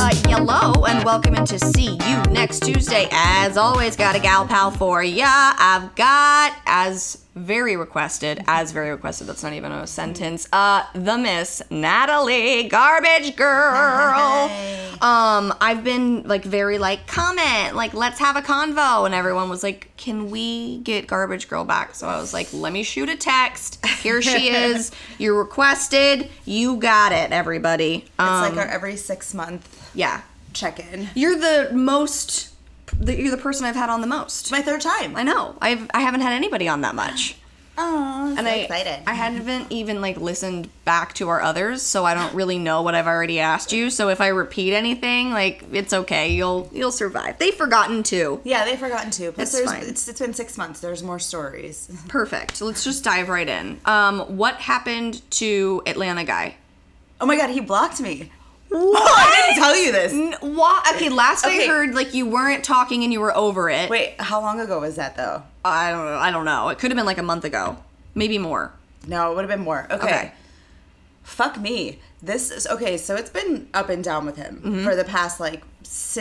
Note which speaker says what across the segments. Speaker 1: Uh, hello and welcome in to see you next Tuesday. As always, got a gal pal for ya. I've got as very requested, as very requested. That's not even a sentence. Uh, the Miss Natalie Garbage Girl. Um, I've been like very like comment like let's have a convo, and everyone was like, can we get Garbage Girl back? So I was like, let me shoot a text. Here she is. You're requested. You got it, everybody. Um,
Speaker 2: it's like our every six month
Speaker 1: yeah.
Speaker 2: check in.
Speaker 1: You're the most. The, you're the person I've had on the most.
Speaker 2: My third time.
Speaker 1: I know. I've I haven't had anybody on that much.
Speaker 2: Oh,
Speaker 1: And
Speaker 2: so
Speaker 1: I
Speaker 2: excited.
Speaker 1: I haven't even like listened back to our others, so I don't really know what I've already asked you. So if I repeat anything, like it's okay. You'll you'll survive. They've forgotten too.
Speaker 2: yeah, they've forgotten too. Plus,
Speaker 1: It's
Speaker 2: there's
Speaker 1: fine.
Speaker 2: It's, it's been six months. There's more stories.
Speaker 1: Perfect. So let's just dive right in. Um, what happened to Atlanta guy?
Speaker 2: Oh my god, he blocked me. I didn't tell you this.
Speaker 1: N- Why? Okay. Last I
Speaker 2: Okay.
Speaker 1: heard, like you weren't talking and you were over it.
Speaker 2: Wait, how long ago was that though?
Speaker 1: I don't know. I don't know. It could have been like a month ago, maybe more.
Speaker 2: No, it would have been more. Okay.
Speaker 1: Okay.
Speaker 2: Fuck me. This is okay. So it's been up and down with him for the past like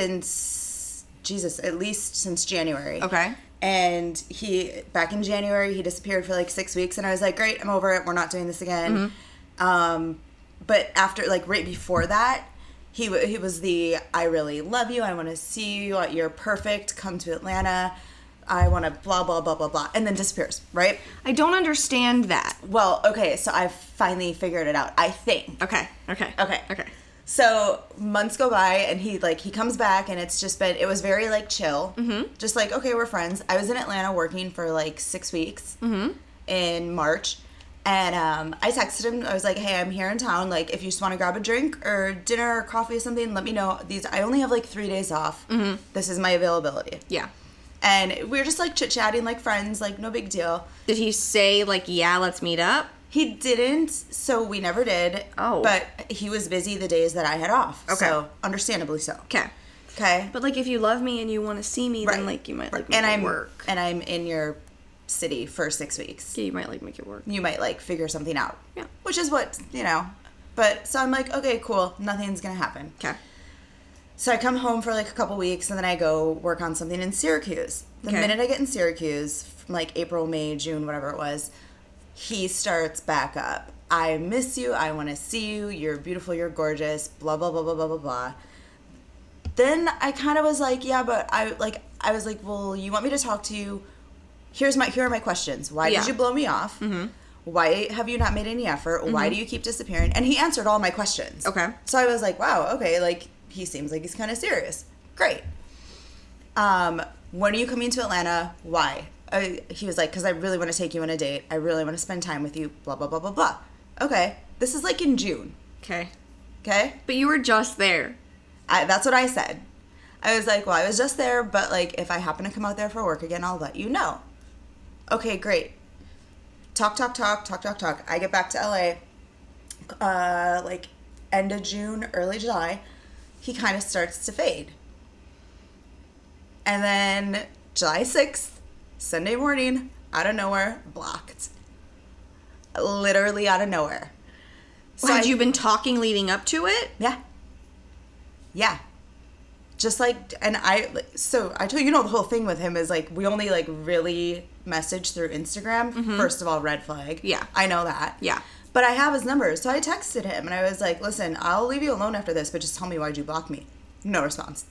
Speaker 2: since Jesus, at least since January.
Speaker 1: Okay.
Speaker 2: And he back in January he disappeared for like six weeks, and I was like, great, I'm over it. We're not doing this again. Um, but after like right before that. He, wa- he was the I really love you. I want to see you. You're perfect. Come to Atlanta. I want to blah blah blah blah blah, and then disappears. Right?
Speaker 1: I don't understand that.
Speaker 2: Well, okay, so I've finally figured it out. I think.
Speaker 1: Okay. Okay.
Speaker 2: Okay.
Speaker 1: Okay.
Speaker 2: So months go by, and he like he comes back, and it's just been it was very like chill, mm-hmm. just like okay, we're friends. I was in Atlanta working for like six weeks
Speaker 1: Mm-hmm.
Speaker 2: in March, and um, I texted him. I was like, hey, I'm here in town. Like, if you just want to grab a drink or dinner or coffee or something, let me know. These I only have like three days off.
Speaker 1: Mm-hmm.
Speaker 2: This is my availability.
Speaker 1: Yeah.
Speaker 2: And we were just like chit chatting like friends, like no big deal.
Speaker 1: Did he say like, yeah, let's meet up?
Speaker 2: He didn't, so we never did.
Speaker 1: Oh.
Speaker 2: But he was busy the days that I had off.
Speaker 1: Okay.
Speaker 2: So, understandably so.
Speaker 1: Okay.
Speaker 2: Okay.
Speaker 1: But like, if you love me and you want to see me, then
Speaker 2: Right.
Speaker 1: like, you might like make
Speaker 2: and
Speaker 1: it
Speaker 2: I'm
Speaker 1: work.
Speaker 2: and I'm in your city for 6 weeks.
Speaker 1: yeah, you might like make it work.
Speaker 2: You might like figure something out.
Speaker 1: Yeah.
Speaker 2: Which is what, you know. But so I'm like, okay, cool. Nothing's going to happen.
Speaker 1: Okay.
Speaker 2: So I come home for like a couple weeks and then I go work on something in Syracuse. The
Speaker 1: Okay.
Speaker 2: minute I get in Syracuse, from like April, May, June, whatever it was, he starts back up. I miss you. I want to see you. You're beautiful. You're gorgeous. Blah, blah, blah, blah, blah, blah, blah. Then I kind of was like, yeah, but I like, I was like, well, you want me to talk to you? Here's my, here are my questions. Why
Speaker 1: Yeah. Mm-hmm.
Speaker 2: did you blow me off? Why have you not made any effort? Why do you keep disappearing? And he answered all my questions.
Speaker 1: Okay.
Speaker 2: So I was like, wow, okay, like he seems like he's kind of serious. Great. Um, when are you coming to Atlanta? Why? I, he was like, because I really want to take you on a date. I really want to spend time with you. Blah blah blah blah blah. Okay, this is like in June.
Speaker 1: Okay.
Speaker 2: Okay,
Speaker 1: But you were just there.
Speaker 2: I, that's what I said. I was like, well, I was just there, but like if I happen to come out there for work again, I'll let you know. Okay, great. Talk, talk, talk, talk, talk, talk. I get back to LA, uh, like end of June, early July. He kind of starts to fade. And then July 6th, Sunday morning, out of nowhere, blocked. Literally out of nowhere. So
Speaker 1: Had
Speaker 2: I-
Speaker 1: you been talking leading up to it?
Speaker 2: yeah. Yeah. Just like, and I, like, so I told you, you know, the whole thing with him is like, we only like really message through Instagram. First of all, red flag.
Speaker 1: Yeah.
Speaker 2: I know that.
Speaker 1: Yeah.
Speaker 2: But I have his number. So I texted him and I was like, listen, I'll leave you alone after this, but just tell me why'd you block me? No response.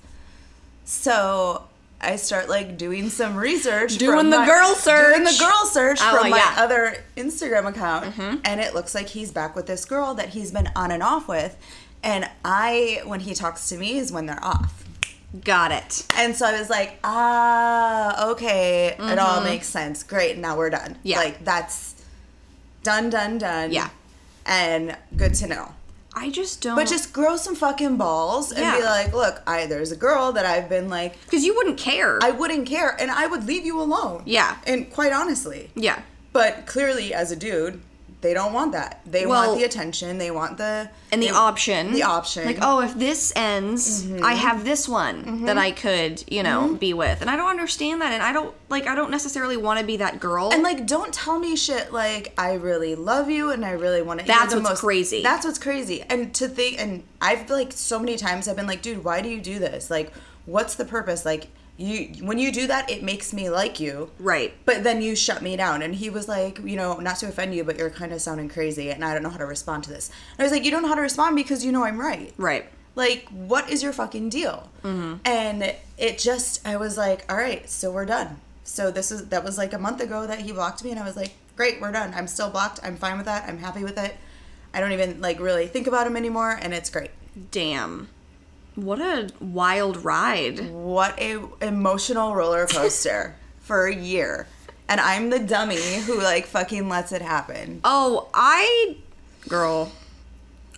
Speaker 2: So I start like doing some research,
Speaker 1: Doing
Speaker 2: from
Speaker 1: the
Speaker 2: my-
Speaker 1: girl
Speaker 2: doing the
Speaker 1: search.
Speaker 2: girl search
Speaker 1: Oh,
Speaker 2: from my
Speaker 1: yeah. Mm-hmm.
Speaker 2: other Instagram account, and it looks like he's back with this girl that he's been on and off with. And I, when he talks to me, is when they're off.
Speaker 1: Got it.
Speaker 2: And so I was like, ah, okay, it all makes sense. Great, now we're done.
Speaker 1: Mm-hmm. Yeah.
Speaker 2: Like that's done, done, done.
Speaker 1: Yeah.
Speaker 2: And good to know.
Speaker 1: I just don't.
Speaker 2: But just grow some fucking balls and be
Speaker 1: Yeah.
Speaker 2: like, look, I there's a girl that I've been like
Speaker 1: because you wouldn't care.
Speaker 2: I wouldn't care, and I would leave you alone.
Speaker 1: Yeah.
Speaker 2: And quite honestly.
Speaker 1: yeah.
Speaker 2: But clearly, as a dude, they don't want that. They
Speaker 1: Well-
Speaker 2: want the attention. They want the
Speaker 1: and the
Speaker 2: they-
Speaker 1: option
Speaker 2: The option. Mm-hmm.
Speaker 1: like oh if this ends i have this one that i could you know be with and i don't understand that and i don't like i don't necessarily want to be that girl
Speaker 2: And like, don't tell me shit like I really love you and I really want to.
Speaker 1: That's
Speaker 2: the
Speaker 1: what's
Speaker 2: most,
Speaker 1: crazy.
Speaker 2: That's what's crazy. And to think, and I've like so many times I've been like, dude, why do you do this? Like, what's the purpose? Like, you when you do that, it makes me like you.
Speaker 1: right
Speaker 2: But then you shut me down. And he was like, you know, not to offend you, but you're kind of sounding crazy, and I don't know how to respond to this. And I was like, you don't know how to respond because you know I'm right
Speaker 1: right
Speaker 2: like what is your fucking deal
Speaker 1: Mm-hmm.
Speaker 2: and it just i was like all right so we're done so this is that was like a month ago that he blocked me and i was like great we're done i'm still blocked i'm fine with that i'm happy with it i don't even like really think about him anymore and it's great
Speaker 1: damn what a wild ride
Speaker 2: what a emotional roller coaster for a year and i'm the dummy who like fucking lets it happen
Speaker 1: oh i girl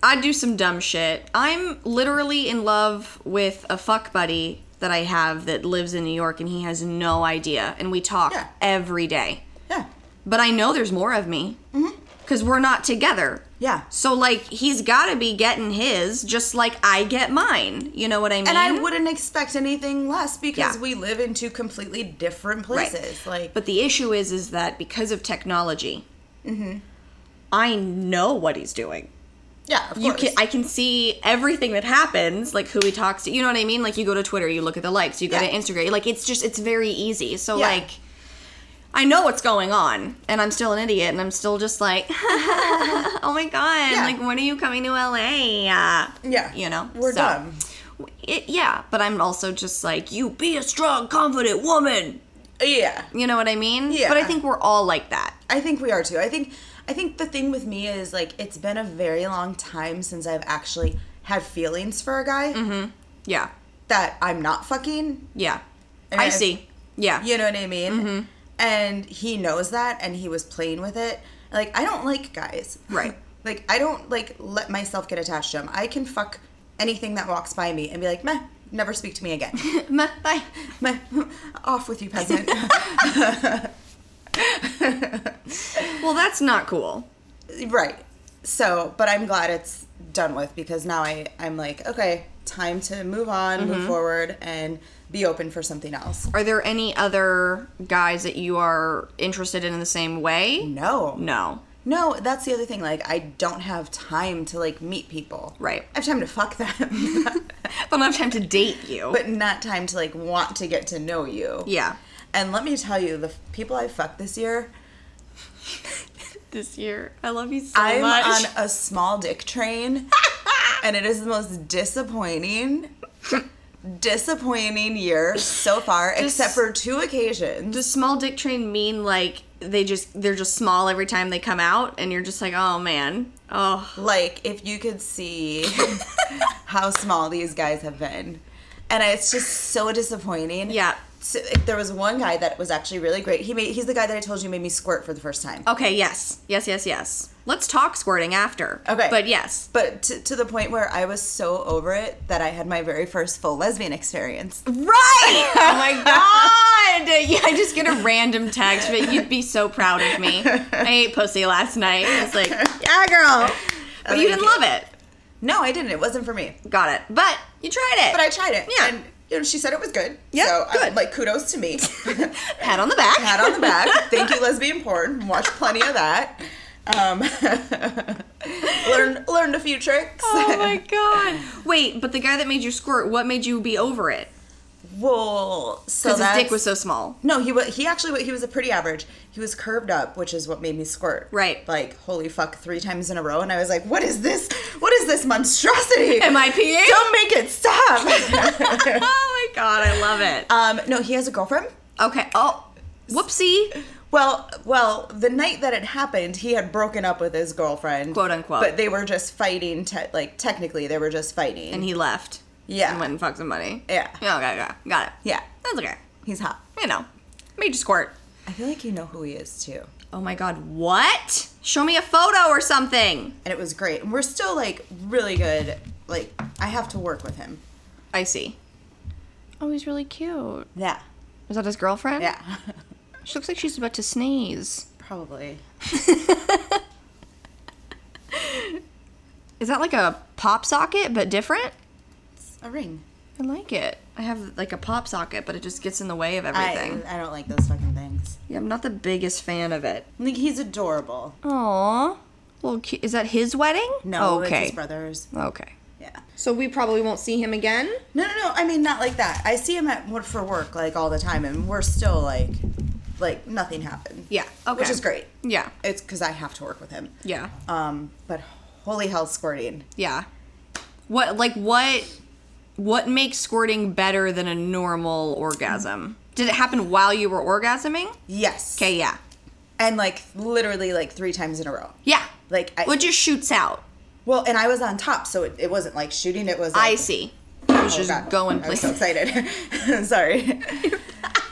Speaker 1: i do some dumb shit i'm literally in love with a fuck buddy that i have that lives in new york and he has no idea and we talk
Speaker 2: Yeah.
Speaker 1: every day
Speaker 2: yeah
Speaker 1: but I know there's more of me
Speaker 2: Mm-hmm.
Speaker 1: because we're not together.
Speaker 2: Yeah.
Speaker 1: So like he's got to be getting his just like I get mine. You know what I mean?
Speaker 2: and i wouldn't expect anything less because
Speaker 1: Yeah.
Speaker 2: we live in two completely different
Speaker 1: Right.
Speaker 2: places like
Speaker 1: But the issue is, is that because of technology,
Speaker 2: Mm-hmm.
Speaker 1: I know what he's doing.
Speaker 2: yeah of
Speaker 1: You
Speaker 2: course.
Speaker 1: can, I can see everything that happens, like who he talks to. You know what I mean? Like you go to Twitter, you look at the likes, you go
Speaker 2: Yeah.
Speaker 1: to Instagram. Like it's just, it's very easy. So
Speaker 2: Yeah.
Speaker 1: like, I know what's going on, and I'm still an idiot, and I'm still just like, oh my god,
Speaker 2: Yeah.
Speaker 1: like when are you coming to LA? Yeah,
Speaker 2: Yeah.
Speaker 1: you know,
Speaker 2: We're
Speaker 1: so-
Speaker 2: dumb.
Speaker 1: It, yeah, but I'm also just like, you be a strong, confident woman.
Speaker 2: Yeah.
Speaker 1: You know what I mean?
Speaker 2: Yeah.
Speaker 1: But I think we're all like that.
Speaker 2: I think we are too. I think I think the thing with me is like it's been a very long time since I've actually had feelings for a guy
Speaker 1: Yeah,
Speaker 2: that I'm not fucking.
Speaker 1: yeah.
Speaker 2: And
Speaker 1: I
Speaker 2: if-
Speaker 1: see. Yeah.
Speaker 2: You know what I mean? And he knows that and he was playing with it. Like I don't like guys.
Speaker 1: Right.
Speaker 2: like I don't like let myself get attached to him. I can fuck anything that walks by me and be like, "Meh, never speak to me again."
Speaker 1: Meh, Bye.
Speaker 2: Meh, off with you, peasant.
Speaker 1: Well, that's not cool.
Speaker 2: Right. So, but I'm glad it's done with because now I I'm like, okay, time to move on,
Speaker 1: Mm-hmm.
Speaker 2: move forward and be open for something else.
Speaker 1: Are there any other guys that you are interested in in the same way?
Speaker 2: No.
Speaker 1: No.
Speaker 2: No, that's the other thing. Like I don't have time to like meet people.
Speaker 1: Right.
Speaker 2: I have time to fuck them,
Speaker 1: But I don't have time to date you.
Speaker 2: but not time to like want to get to know you.
Speaker 1: yeah.
Speaker 2: And let me tell you, the f- people I fucked this year,
Speaker 1: This year. I love you so
Speaker 2: I'm
Speaker 1: much.
Speaker 2: on a small dick train, and it is the most disappointing, disappointing year so far, except for two occasions.
Speaker 1: Does small dick train mean like they just they're just small every time they come out and you're just like, oh man. Oh.
Speaker 2: Like, if you could see how small these guys have been. And I- it's just so disappointing.
Speaker 1: Yeah.
Speaker 2: So, if there was one guy that was actually really great. He made he's the guy that I told you made me squirt for the first time.
Speaker 1: Okay, yes. Yes, yes, yes. Let's talk squirting after.
Speaker 2: Okay.
Speaker 1: But yes.
Speaker 2: But to, to the point where I was so over it that I had my very first full lesbian experience.
Speaker 1: Right! Oh my god! Yeah, I just get a random text, but you'd be so proud of me. I ate pussy last night. It's like, yeah, girl. But you didn't love it.
Speaker 2: No, I didn't. It wasn't for me.
Speaker 1: Got it. But you tried it.
Speaker 2: But I tried it.
Speaker 1: Yeah.
Speaker 2: And you know, she said it was good.
Speaker 1: Yeah,
Speaker 2: So I,
Speaker 1: good.
Speaker 2: like kudos to me.
Speaker 1: pat on the back.
Speaker 2: Pat on the back. Thank you, lesbian porn. Watch plenty of that. Um, learned learned a few tricks.
Speaker 1: Oh my god. Wait, but the guy that made you squirt, what made you be over it?
Speaker 2: Well, so
Speaker 1: Because his
Speaker 2: Oh, that's,
Speaker 1: dick was so small.
Speaker 2: No, he was. He actually wa- he was a pretty average. He was curved up, which is what made me squirt.
Speaker 1: Right.
Speaker 2: Like holy fuck, three times in a row, and I was like, what is this? What is this monstrosity?
Speaker 1: Am I peeing?
Speaker 2: Don't make it stop.
Speaker 1: oh my god, I love it.
Speaker 2: um, no, he has a girlfriend.
Speaker 1: Okay. Oh, whoopsie.
Speaker 2: Well, well, the night that it happened, he had broken up with his girlfriend,
Speaker 1: Quote, unquote.
Speaker 2: But they were just fighting. Te- like technically, they were just fighting.
Speaker 1: And he left.
Speaker 2: Yeah.
Speaker 1: And went and fucked somebody.
Speaker 2: Yeah.
Speaker 1: Yeah, okay, okay. Got it.
Speaker 2: yeah,
Speaker 1: That's okay.
Speaker 2: he's hot.
Speaker 1: You know, made you squirt.
Speaker 2: I feel like you know who he is too,
Speaker 1: Oh my god, what? Show me a photo or something.
Speaker 2: and it was great. And we're still like really good. Like I have to work with him.
Speaker 1: I see. Oh, he's really cute.
Speaker 2: Yeah,
Speaker 1: Is that his girlfriend?
Speaker 2: yeah,
Speaker 1: She looks like she's about to sneeze.
Speaker 2: probably.
Speaker 1: Is that like a pop socket but different?
Speaker 2: It's a ring.
Speaker 1: I like it. I have like a pop socket, but it just gets in the way of
Speaker 2: I,
Speaker 1: everything.
Speaker 2: I don't like those fucking things.
Speaker 1: yeah, I'm not the biggest fan of it.
Speaker 2: Like he's adorable.
Speaker 1: Aww. Well, cu- is that his wedding? Oh,
Speaker 2: No, it's
Speaker 1: Okay.
Speaker 2: his brothers.
Speaker 1: Okay.
Speaker 2: Yeah.
Speaker 1: So we probably won't see him again.
Speaker 2: No, no, no. I mean, not like that. I see him at work for work like all the time, and we're still like, like nothing happened.
Speaker 1: Yeah, okay.
Speaker 2: Which is great.
Speaker 1: Yeah.
Speaker 2: It's because I have to work with him.
Speaker 1: Yeah.
Speaker 2: Um, but holy hell, squirting.
Speaker 1: Yeah. What like what what makes squirting better than a normal orgasm? Did it happen while you were orgasming?
Speaker 2: Yes.
Speaker 1: Okay, yeah.
Speaker 2: And like literally like three times in a row.
Speaker 1: Yeah.
Speaker 2: Like I,
Speaker 1: What just shoots out.
Speaker 2: well, and I was on top, so it, it wasn't like shooting. It was. Like,
Speaker 1: I see. It was
Speaker 2: Oh,
Speaker 1: just
Speaker 2: God.
Speaker 1: going
Speaker 2: I'm so
Speaker 1: places.
Speaker 2: excited. Sorry.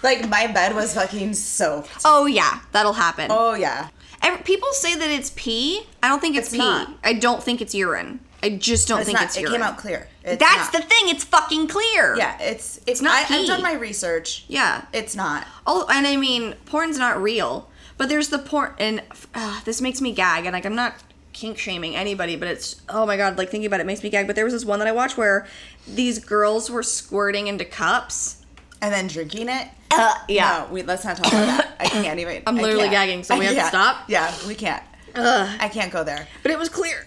Speaker 2: like my bed was fucking soaked.
Speaker 1: Oh yeah, that'll happen.
Speaker 2: Oh yeah.
Speaker 1: Ev- People say that it's pee. I don't think it's,
Speaker 2: It's
Speaker 1: pee.
Speaker 2: not.
Speaker 1: I don't think it's urine. I just don't
Speaker 2: It's
Speaker 1: think
Speaker 2: not.
Speaker 1: it's
Speaker 2: it
Speaker 1: urine.
Speaker 2: came out clear. It's
Speaker 1: That's
Speaker 2: not.
Speaker 1: the thing. It's fucking clear.
Speaker 2: Yeah, it's it's
Speaker 1: not
Speaker 2: not. I,
Speaker 1: pee.
Speaker 2: I've done my research.
Speaker 1: Yeah.
Speaker 2: It's not.
Speaker 1: Oh, and I mean, porn's not real, but there's the porn, and uh, this makes me gag. And like, I'm not kink shaming anybody, but it's oh my god, like thinking about it makes me gag. But there was this one that I watched where these girls were squirting into cups.
Speaker 2: And then drinking it.
Speaker 1: Uh,
Speaker 2: No, we, let's not talk about that. I can't even.
Speaker 1: I'm
Speaker 2: I
Speaker 1: literally
Speaker 2: can't.
Speaker 1: gagging, so
Speaker 2: I
Speaker 1: we have to
Speaker 2: can't.
Speaker 1: stop?
Speaker 2: Yeah, we can't. I can't go there.
Speaker 1: but it was clear.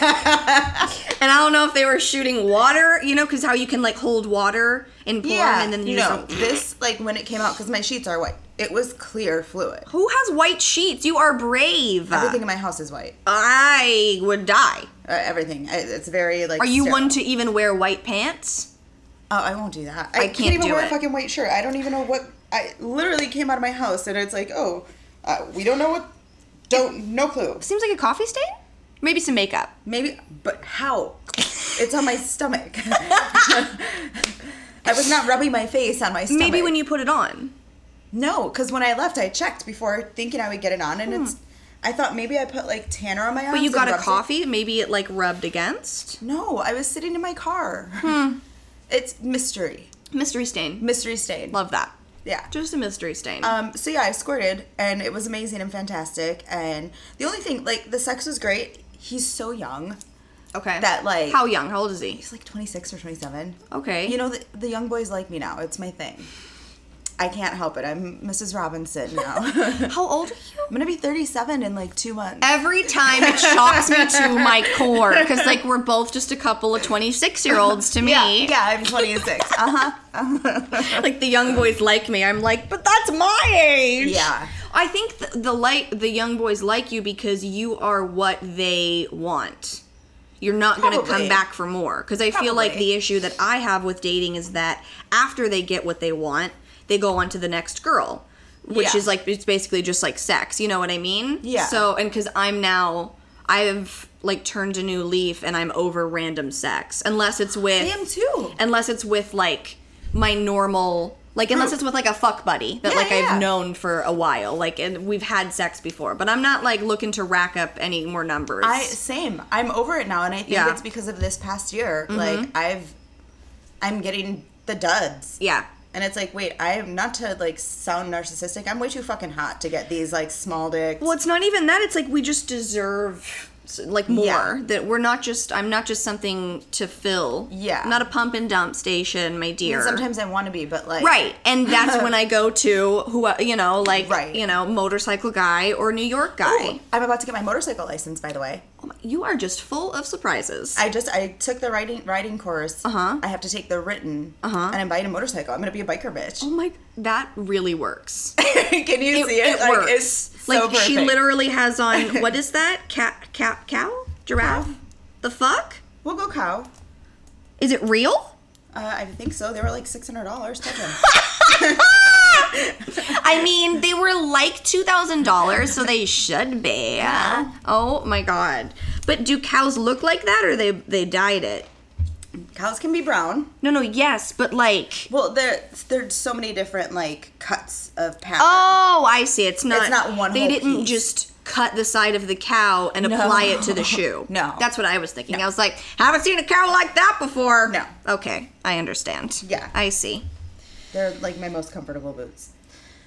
Speaker 1: and I don't know if they were shooting water, you know, because how you can like hold water in porn,
Speaker 2: Yeah,
Speaker 1: and then you
Speaker 2: no.
Speaker 1: know.
Speaker 2: This like when it came out because my sheets are white. It was clear fluid.
Speaker 1: Who has white sheets? You are brave.
Speaker 2: Everything in my house is white.
Speaker 1: I would die.
Speaker 2: Uh, everything. I, it's very like.
Speaker 1: Are you
Speaker 2: sterile.
Speaker 1: one to even wear white pants?
Speaker 2: Oh, I won't do that. I, can't,
Speaker 1: can't
Speaker 2: even
Speaker 1: do
Speaker 2: wear
Speaker 1: it.
Speaker 2: a fucking white shirt. I don't even know what. I literally came out of my house and it's like, oh, uh, we don't know what. Don't no clue.
Speaker 1: Seems like a coffee stain? Maybe some makeup.
Speaker 2: Maybe, but how? It's on my stomach. I was not rubbing my face on my stomach.
Speaker 1: Maybe when you put it on.
Speaker 2: no, because when I left, I checked before thinking I would get it on, and it's. I thought maybe I put like tanner on my arms.
Speaker 1: Hmm. But you
Speaker 2: and
Speaker 1: got a
Speaker 2: rubbed it.
Speaker 1: coffee, maybe it like rubbed against.
Speaker 2: No, I was sitting in my car.
Speaker 1: Hmm.
Speaker 2: It's mystery,
Speaker 1: Mystery stain.
Speaker 2: mystery stain.
Speaker 1: Love that.
Speaker 2: Yeah.
Speaker 1: Just a mystery stain.
Speaker 2: Um, so yeah, I squirted, and it was amazing and fantastic. And the only thing, like, the sex was great. He's so young.
Speaker 1: okay.
Speaker 2: that, like-
Speaker 1: How young? How old is he?
Speaker 2: He's like 26 or 27.
Speaker 1: Okay.
Speaker 2: You know, the, the young boys like me now. It's my thing. I can't help it. I'm Mrs. Robinson now. I'm
Speaker 1: How old are you?
Speaker 2: going to be 37 in like two months.
Speaker 1: Every time it shocks me to my core because like we're both just a couple of 26 year olds to me.
Speaker 2: yeah, yeah, I'm 26. uh
Speaker 1: Uh-huh.
Speaker 2: huh.
Speaker 1: like the young boys like me. I'm like, but that's my age.
Speaker 2: Yeah.
Speaker 1: I think the, the like the young boys like you because you are what they want. You're not going to come
Speaker 2: Probably.
Speaker 1: back for more because I feel like
Speaker 2: Probably.
Speaker 1: the issue that I have with dating is that after they get what they want, they go on to the next girl, which
Speaker 2: Yeah.
Speaker 1: is like it's basically just like sex. You know what I mean?
Speaker 2: Yeah.
Speaker 1: So and because I'm now I've like turned a new leaf and I'm over random sex unless it's with
Speaker 2: I am too.
Speaker 1: unless it's with like my normal like unless it's with like a fuck buddy that
Speaker 2: Hmm. Yeah,
Speaker 1: like
Speaker 2: yeah, yeah.
Speaker 1: I've known for a while like and we've had sex before but I'm not like looking to rack up any more numbers.
Speaker 2: I same. I'm over it now, and I think
Speaker 1: Yeah. Mm-hmm.
Speaker 2: it's because of this past year. Like I've, I'm getting the duds.
Speaker 1: yeah.
Speaker 2: And it's like, wait, I am not to like sound narcissistic. I'm way too fucking hot to get these like small dicks.
Speaker 1: Well, it's not even that it's like we just deserve s- like more
Speaker 2: Yeah.
Speaker 1: that we're not just I'm not just something to fill.
Speaker 2: Yeah.
Speaker 1: I'm not a pump and dump station, my dear.
Speaker 2: Sometimes I want to be, but like,
Speaker 1: Right, and that's when I go to who you know, like
Speaker 2: Right.
Speaker 1: you know, motorcycle guy or New York
Speaker 2: Ooh,
Speaker 1: guy. Oh
Speaker 2: I'm about to get my motorcycle license, by the way.
Speaker 1: You are just full of surprises.
Speaker 2: I just I took the riding riding course. Uh
Speaker 1: Uh-huh.
Speaker 2: huh. I have to take the written. Uh huh. And I'm buying a motorcycle. I'm gonna be a biker bitch.
Speaker 1: oh my, that really works.
Speaker 2: Can you
Speaker 1: it,
Speaker 2: see it?
Speaker 1: it
Speaker 2: Like,
Speaker 1: works.
Speaker 2: It's so
Speaker 1: like
Speaker 2: perfect.
Speaker 1: she literally has on what is that? Cat, cat, cow, giraffe?
Speaker 2: Cow.
Speaker 1: The fuck?
Speaker 2: We'll go cow.
Speaker 1: Is it real?
Speaker 2: Uh, I think so. They were like six hundred dollars. Told them.
Speaker 1: I mean, they were like two thousand dollars, so they should be. Oh my god! But do cows look like that, or they they dyed it?
Speaker 2: Cows can be brown.
Speaker 1: No, no, yes, but like.
Speaker 2: Well, there there's so many different like cuts of pattern.
Speaker 1: Oh, I see. It's not.
Speaker 2: not one
Speaker 1: They
Speaker 2: whole
Speaker 1: didn't
Speaker 2: piece.
Speaker 1: just cut the side of the cow and apply it to the shoe.
Speaker 2: No.
Speaker 1: that's what I was thinking. I was like, haven't seen a cow like that before.
Speaker 2: No.
Speaker 1: Okay, I understand.
Speaker 2: Yeah.
Speaker 1: I see.
Speaker 2: They're like my most comfortable boots.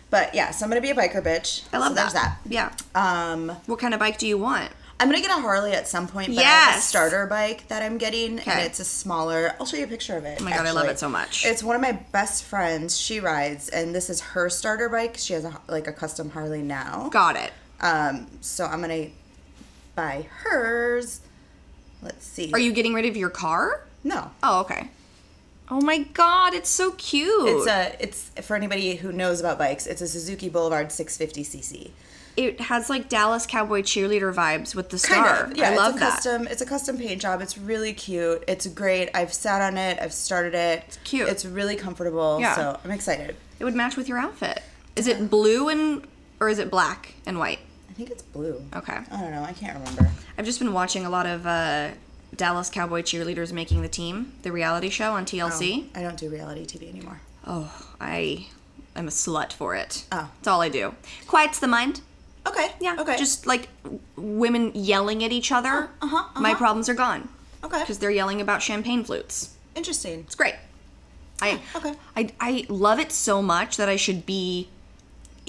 Speaker 2: But yeah, so I'm gonna be a biker bitch.
Speaker 1: I love that.
Speaker 2: so There's that.
Speaker 1: Yeah.
Speaker 2: Um,
Speaker 1: What kind of bike do you want?
Speaker 2: I'm gonna get a Harley at some point, but I have a
Speaker 1: Yes.
Speaker 2: starter bike that I'm getting,
Speaker 1: Okay.
Speaker 2: and it's a smaller. I'll show you a picture of it.
Speaker 1: Oh my God, I love it so much.
Speaker 2: It's one of my best friends. She rides, and this is her starter bike. She has a, like a custom Harley now.
Speaker 1: Got it.
Speaker 2: Um, so I'm gonna buy hers. Let's see.
Speaker 1: Are you getting rid of your car?
Speaker 2: No.
Speaker 1: Oh, okay. Oh my god, it's so cute.
Speaker 2: It's a. It's for anybody who knows about bikes. It's a Suzuki Boulevard 650cc.
Speaker 1: it has like Dallas Cowboy cheerleader vibes with the star.
Speaker 2: Yeah,
Speaker 1: I love
Speaker 2: it's a
Speaker 1: that.
Speaker 2: custom. It's a custom paint job. It's really cute. It's great. I've sat on it. I've started it. It's
Speaker 1: cute.
Speaker 2: It's really comfortable.
Speaker 1: Yeah.
Speaker 2: So I'm excited.
Speaker 1: It would match with your outfit. Is it blue and or is it black and white?
Speaker 2: I think it's blue.
Speaker 1: Okay.
Speaker 2: I don't know. I can't remember.
Speaker 1: I've just been watching a lot of uh, Dallas Cowboy cheerleaders making the team, the reality show on TLC.
Speaker 2: I don't do reality TV anymore.
Speaker 1: Oh, I am a slut for it.
Speaker 2: Oh.
Speaker 1: It's all I do. Quiets the mind.
Speaker 2: Okay.
Speaker 1: Yeah.
Speaker 2: Okay.
Speaker 1: Just like w- women yelling at each other.
Speaker 2: Uh-huh, uh-huh.
Speaker 1: My problems are gone
Speaker 2: okay.
Speaker 1: because they're yelling about champagne flutes.
Speaker 2: Interesting.
Speaker 1: It's great. I
Speaker 2: okay.
Speaker 1: I I love it so much that I should be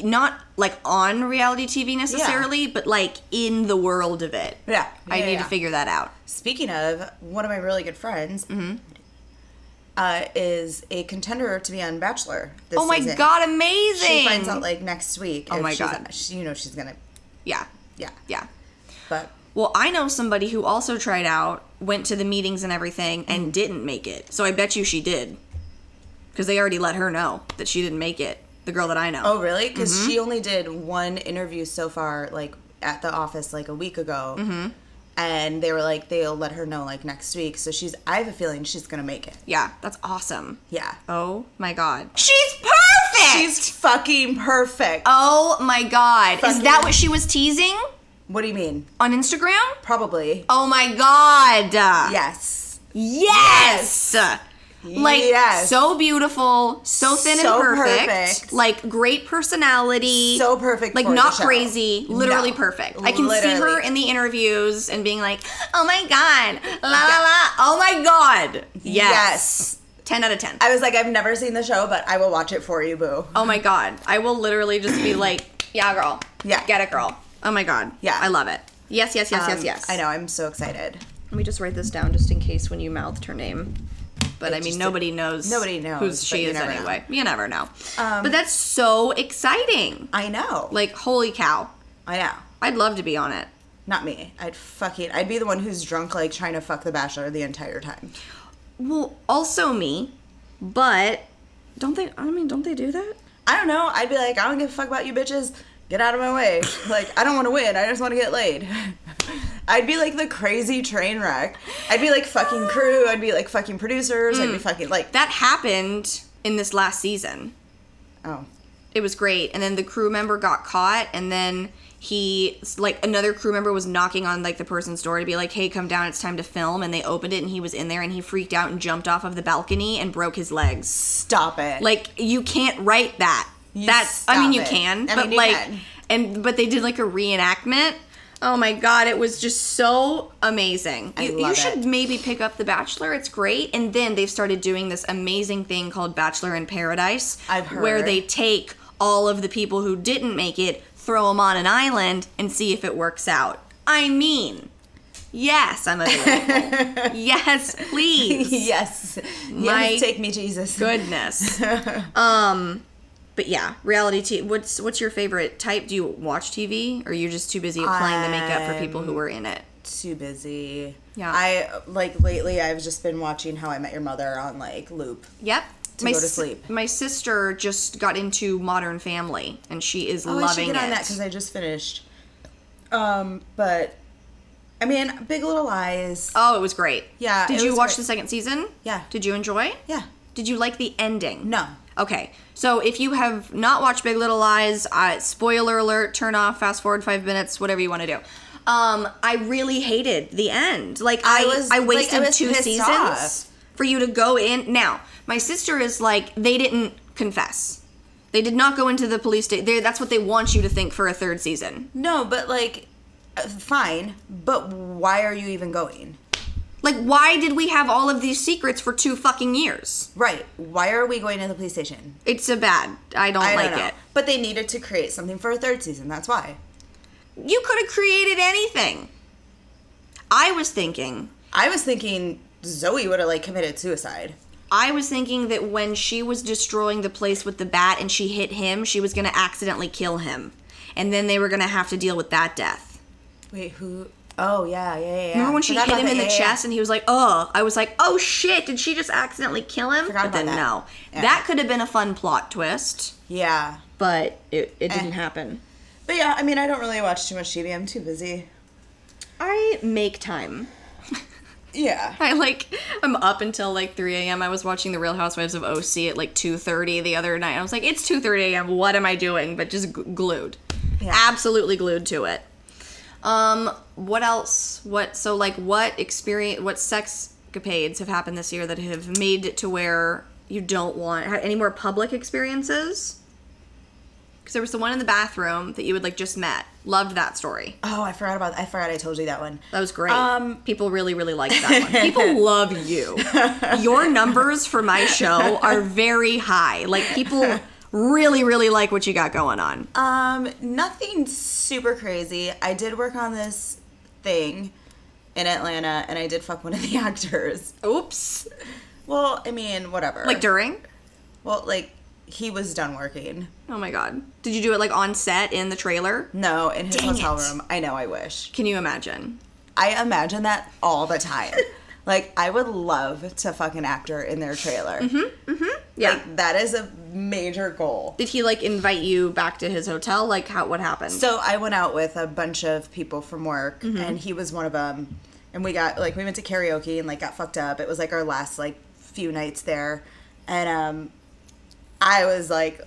Speaker 1: not like on reality TV necessarily, but like in the world of it.
Speaker 2: Yeah.
Speaker 1: I
Speaker 2: Yeah,
Speaker 1: need
Speaker 2: yeah.
Speaker 1: to figure that out.
Speaker 2: Speaking of, one of my really good friends
Speaker 1: Mm-hmm.
Speaker 2: uh, is a contender to be on Bachelor. This
Speaker 1: Oh my
Speaker 2: season.
Speaker 1: god, amazing!
Speaker 2: She finds out like next week. Oh
Speaker 1: my
Speaker 2: she's,
Speaker 1: God.
Speaker 2: She, you know she's gonna.
Speaker 1: yeah,
Speaker 2: Yeah.
Speaker 1: yeah.
Speaker 2: But
Speaker 1: Well, I know somebody who also tried out, went to the meetings and everything,
Speaker 2: Mm-hmm.
Speaker 1: and didn't make it. So I bet you she did, because they already let her know that she didn't make it. The girl that I know.
Speaker 2: Oh, really? Because
Speaker 1: Mm-hmm.
Speaker 2: she only did one interview so far, like at the office, like a week ago. Mm-hmm. And they were like, they'll let her know like next week. So she's, I have a feeling she's gonna make it.
Speaker 1: yeah, that's awesome.
Speaker 2: Yeah.
Speaker 1: Oh my god, she's perfect.
Speaker 2: She's fucking perfect.
Speaker 1: Oh my god. Is
Speaker 2: Fucking-
Speaker 1: that what she was teasing
Speaker 2: What do you mean?
Speaker 1: on Instagram?
Speaker 2: Probably.
Speaker 1: Oh my god.
Speaker 2: Yes.
Speaker 1: Yes. Like
Speaker 2: Yes.
Speaker 1: so beautiful, so thin
Speaker 2: So
Speaker 1: and perfect.
Speaker 2: perfect.
Speaker 1: Like great personality.
Speaker 2: So perfect
Speaker 1: Like
Speaker 2: for
Speaker 1: not
Speaker 2: the show.
Speaker 1: crazy, literally
Speaker 2: No.
Speaker 1: perfect. I can see her
Speaker 2: Literally.
Speaker 1: in the interviews and being like, "Oh my god. La la la. Oh my god." Yes.
Speaker 2: Yes.
Speaker 1: 10 out of 10.
Speaker 2: I was like, I've never seen the show, but I will watch it for you, boo.
Speaker 1: Oh my god. I will literally just be like, yeah, girl.
Speaker 2: Yeah.
Speaker 1: Get it, girl. Oh my god.
Speaker 2: Yeah.
Speaker 1: I love it. Yes, yes, yes, yes,
Speaker 2: Um,
Speaker 1: yes.
Speaker 2: I know. I'm so excited.
Speaker 1: Let me just write this down just in case when you mouthed her name. But I mean,
Speaker 2: just-
Speaker 1: nobody knows.
Speaker 2: nobody knows,
Speaker 1: who she
Speaker 2: but you
Speaker 1: is
Speaker 2: never know. Um,
Speaker 1: anyway. You never know. but that's so exciting.
Speaker 2: I know.
Speaker 1: Like, holy cow!
Speaker 2: I know.
Speaker 1: I'd love to be on it.
Speaker 2: Not me. I'd fucking, I'd be the one who's drunk, like trying to fuck the bachelor the entire time.
Speaker 1: Well, also me, but don't they? I mean, don't they do that?
Speaker 2: I don't know. I'd be like, I don't give a fuck about you bitches. Get out of my way. Like, I don't want to win. I just want to get laid. I'd be like the crazy train wreck. I'd be like fucking crew. I'd be like fucking producers.
Speaker 1: Mm.
Speaker 2: I'd be fucking like
Speaker 1: That happened in this last season.
Speaker 2: Oh,
Speaker 1: it was great and then the crew member got caught and then he like another crew member was knocking on like the person's door to be like hey come down it's time to film and they opened it and he was in there and he freaked out and jumped off of the balcony and broke his legs
Speaker 2: stop it.
Speaker 1: like you can't write that
Speaker 2: You
Speaker 1: that's i mean
Speaker 2: stop
Speaker 1: you
Speaker 2: it.
Speaker 1: can
Speaker 2: I
Speaker 1: but
Speaker 2: mean, you
Speaker 1: like
Speaker 2: can.
Speaker 1: and but they did like a reenactment oh my god it was just so amazing
Speaker 2: I
Speaker 1: you, you
Speaker 2: love it.
Speaker 1: should maybe pick up the bachelor it's great and then they've started doing this amazing thing called bachelor in paradise
Speaker 2: I've
Speaker 1: where
Speaker 2: heard.
Speaker 1: they take all of the people who didn't make it throw them on an island and see if it works out i mean yes i'm available yes please
Speaker 2: yes.
Speaker 1: My
Speaker 2: yes, take me, Jesus.
Speaker 1: goodness. um, but yeah, reality TV. What's what's your favorite type? Do you watch TV, or you're just too busy applying the makeup for people who
Speaker 2: Um,
Speaker 1: were in it?
Speaker 2: Too busy.
Speaker 1: Yeah.
Speaker 2: I like lately. I've just been watching How I Met Your Mother on like loop.
Speaker 1: Yep.
Speaker 2: To go to
Speaker 1: sis-
Speaker 2: sleep.
Speaker 1: My sister just got into Modern Family, and she is
Speaker 2: Oh, I should
Speaker 1: loving
Speaker 2: get on
Speaker 1: it.
Speaker 2: that because I just finished. Um, but I mean, Big Little Lies.
Speaker 1: oh, it was great.
Speaker 2: Yeah,
Speaker 1: Did
Speaker 2: it
Speaker 1: you
Speaker 2: was
Speaker 1: watch
Speaker 2: great.
Speaker 1: the second season?
Speaker 2: Yeah.
Speaker 1: Did you enjoy?
Speaker 2: Yeah.
Speaker 1: Did you like the ending?
Speaker 2: No.
Speaker 1: Okay. So if you have not watched Big Little Lies, uh, spoiler alert, turn off, fast forward five minutes, whatever you want to do. Um, I really hated the end. Like I,
Speaker 2: I
Speaker 1: I,
Speaker 2: was- like, I
Speaker 1: wasted
Speaker 2: was
Speaker 1: two
Speaker 2: pissed
Speaker 1: seasons
Speaker 2: off.
Speaker 1: for you to go in. Now my sister is like, they didn't confess. They did not go into the police station. That's what they want you to think for a third season.
Speaker 2: No, but like, uh, fine. But why are you even going?
Speaker 1: Like, why did we have all of these secrets for two fucking years?
Speaker 2: Right. Why are we going to the police station?
Speaker 1: It's a bad. I don't
Speaker 2: I
Speaker 1: like
Speaker 2: don't know.
Speaker 1: it.
Speaker 2: But they needed to create something for a third season. That's why.
Speaker 1: You could have created anything. I was thinking,
Speaker 2: I was thinking Zoe would have like committed suicide.
Speaker 1: I was thinking that when she was destroying the place with the bat and she hit him, she was going to accidentally kill him. And then they were going to have to deal with that death.
Speaker 2: Wait, who? Oh yeah, yeah, yeah.
Speaker 1: Remember when she hit him in the
Speaker 2: yeah,
Speaker 1: chest and he was like, oh, I was like, oh shit, did she just accidentally kill him?
Speaker 2: Forgot
Speaker 1: but then
Speaker 2: about that.
Speaker 1: no.
Speaker 2: Yeah.
Speaker 1: That could have been a fun plot twist,
Speaker 2: Yeah.
Speaker 1: but it, it didn't happen.
Speaker 2: But yeah, I mean, I don't really watch too much TV. I'm too busy.
Speaker 1: I make time.
Speaker 2: Yeah.
Speaker 1: I like I'm up until like 3 a.m. I was watching The Real Housewives of OC at like 2:30 the other night. I was like, it's 2:30 a.m. What am I doing? But just g- glued,
Speaker 2: Yeah.
Speaker 1: absolutely glued to it. Um, what else? What so like what experience? What sexcapades have happened this year that have made it to where you don't want ha- any more public experiences? Because there was the one in the bathroom that you had like just met. Loved that story.
Speaker 2: Oh, I forgot about. I forgot I told you that one.
Speaker 1: That was great.
Speaker 2: Um,
Speaker 1: People really, really like that one. People love you. Your numbers for my show are very high. Like people really, really like what you got going on.
Speaker 2: Um, nothing super crazy. I did work on this thing in Atlanta, and I did fuck one of the actors.
Speaker 1: Oops.
Speaker 2: Well, I mean, whatever.
Speaker 1: Like during?
Speaker 2: well, like he was done working.
Speaker 1: Oh my god. Did you do it like on set in the trailer?
Speaker 2: No, in his
Speaker 1: Dang
Speaker 2: hotel
Speaker 1: it.
Speaker 2: room. I know. I wish.
Speaker 1: Can you imagine?
Speaker 2: I imagine that all the time. like I would love to fuck an actor in their trailer.
Speaker 1: Mm-hmm. Yeah.
Speaker 2: That is a major goal.
Speaker 1: Did he like invite you back to his hotel? Like how what happened?
Speaker 2: So I went out with a bunch of people from work,
Speaker 1: Mm-hmm.
Speaker 2: and he was one of them. And we got like we went to karaoke and like got fucked up. It was like our last like few nights there, and um, I was like,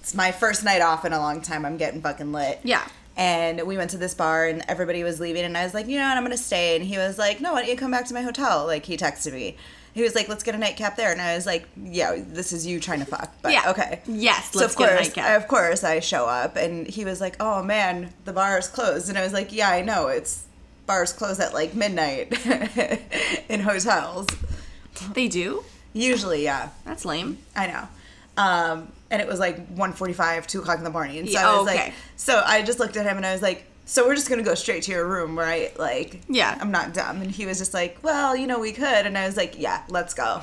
Speaker 2: it's my first night off in a long time. I'm getting fucking lit.
Speaker 1: Yeah.
Speaker 2: And we went to this bar and everybody was leaving and I was like, you know what, I'm gonna stay. And he was like, no, why don't you come back to my hotel? Like he texted me. He was like, let's get a nightcap there. And I was like, yeah, this is you trying to fuck. But
Speaker 1: Yeah.
Speaker 2: okay.
Speaker 1: Yes,
Speaker 2: So
Speaker 1: let's
Speaker 2: of
Speaker 1: get a
Speaker 2: course,
Speaker 1: nightcap.
Speaker 2: of course, I show up, and he was like, "Oh man, the bar is closed," and I was like, "Yeah, I know. It's bars close at like midnight in hotels
Speaker 1: they do?
Speaker 2: usually. Yeah,
Speaker 1: That's lame.
Speaker 2: I know." Um, and it was like 1.45, 2 o'clock in the morning. So
Speaker 1: Yeah,
Speaker 2: I was
Speaker 1: okay.
Speaker 2: like, so I just looked at him and I was like, so we're just gonna go straight to your room, right? Like,
Speaker 1: Yeah.
Speaker 2: I'm not dumb. And he was just like, well, you know, we could. And I was like, yeah, let's go.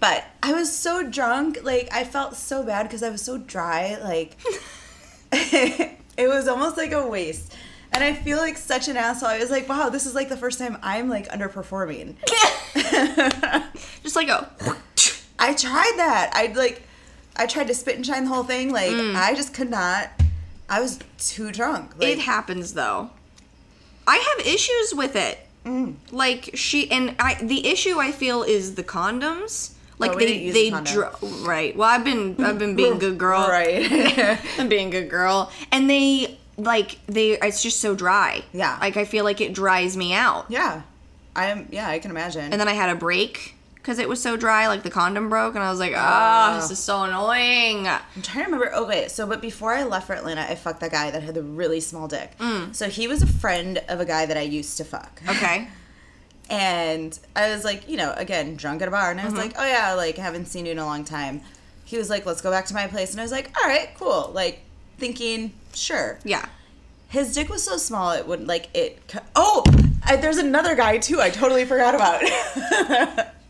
Speaker 2: But I was so drunk, like I felt so bad because I was so dry, like it was almost like a waste. And I feel like such an asshole. I was like, wow, this is like the first time I'm like underperforming.
Speaker 1: Just like a
Speaker 2: I tried that. I like, I tried to spit and shine the whole thing. Like, I just could not. I was too drunk. Like,
Speaker 1: Mm. it happens though i have issues with it Mm. like she and i the issue i feel is the condoms like
Speaker 2: Oh, we didn't
Speaker 1: they
Speaker 2: use
Speaker 1: they
Speaker 2: a condom.
Speaker 1: dro- right well i've been i've been being a good girl
Speaker 2: Right.
Speaker 1: i'm being a good girl and they like they it's just so dry
Speaker 2: Yeah.
Speaker 1: like i feel like it dries me out
Speaker 2: yeah. I'm. Yeah, I can imagine.
Speaker 1: and then i had a break because it was so dry like the condom broke and i was like ah this is so annoying
Speaker 2: I'm trying to remember. Okay, so but before I left for Atlanta, I fucked that guy that had the really small dick. So he was a friend of a guy that I used to fuck.
Speaker 1: Mm. okay
Speaker 2: And I was like, you know, again, drunk at a bar. And I was
Speaker 1: Mm-hmm.
Speaker 2: like, oh yeah, like, haven't seen you in a long time. He was like, let's go back to my place. And I was like, all right, cool. Like, thinking, sure.
Speaker 1: yeah
Speaker 2: His dick was so small, it wouldn't, like, it. c oh, I, there's another guy too, I totally forgot about.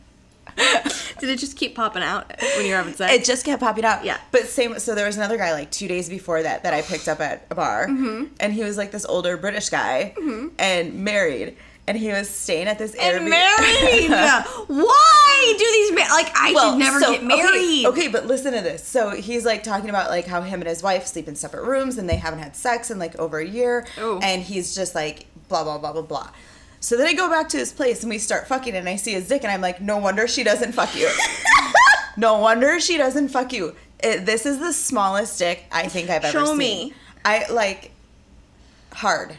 Speaker 1: did it just keep popping out when you're having sex
Speaker 2: it just kept popping out.
Speaker 1: Yeah.
Speaker 2: But same, so there was another guy, like, two days before that, that I picked up at a bar. And he was, like, this older British guy and married. And he was staying at this
Speaker 1: and
Speaker 2: Airbnb-
Speaker 1: married. Why do these ma- like I should never
Speaker 2: so-
Speaker 1: get married?
Speaker 2: Okay, okay, but listen to this. So he's like talking about like how him and his wife sleep in separate rooms and they haven't had sex in like over a year.
Speaker 1: Oh.
Speaker 2: And he's just like blah blah blah blah blah. So then I go back to his place and we start fucking and I see his dick and I'm like, no wonder she doesn't fuck you. no wonder she doesn't fuck you. It- this is the smallest dick I think I've ever
Speaker 1: Show
Speaker 2: seen.
Speaker 1: me.
Speaker 2: I like hard.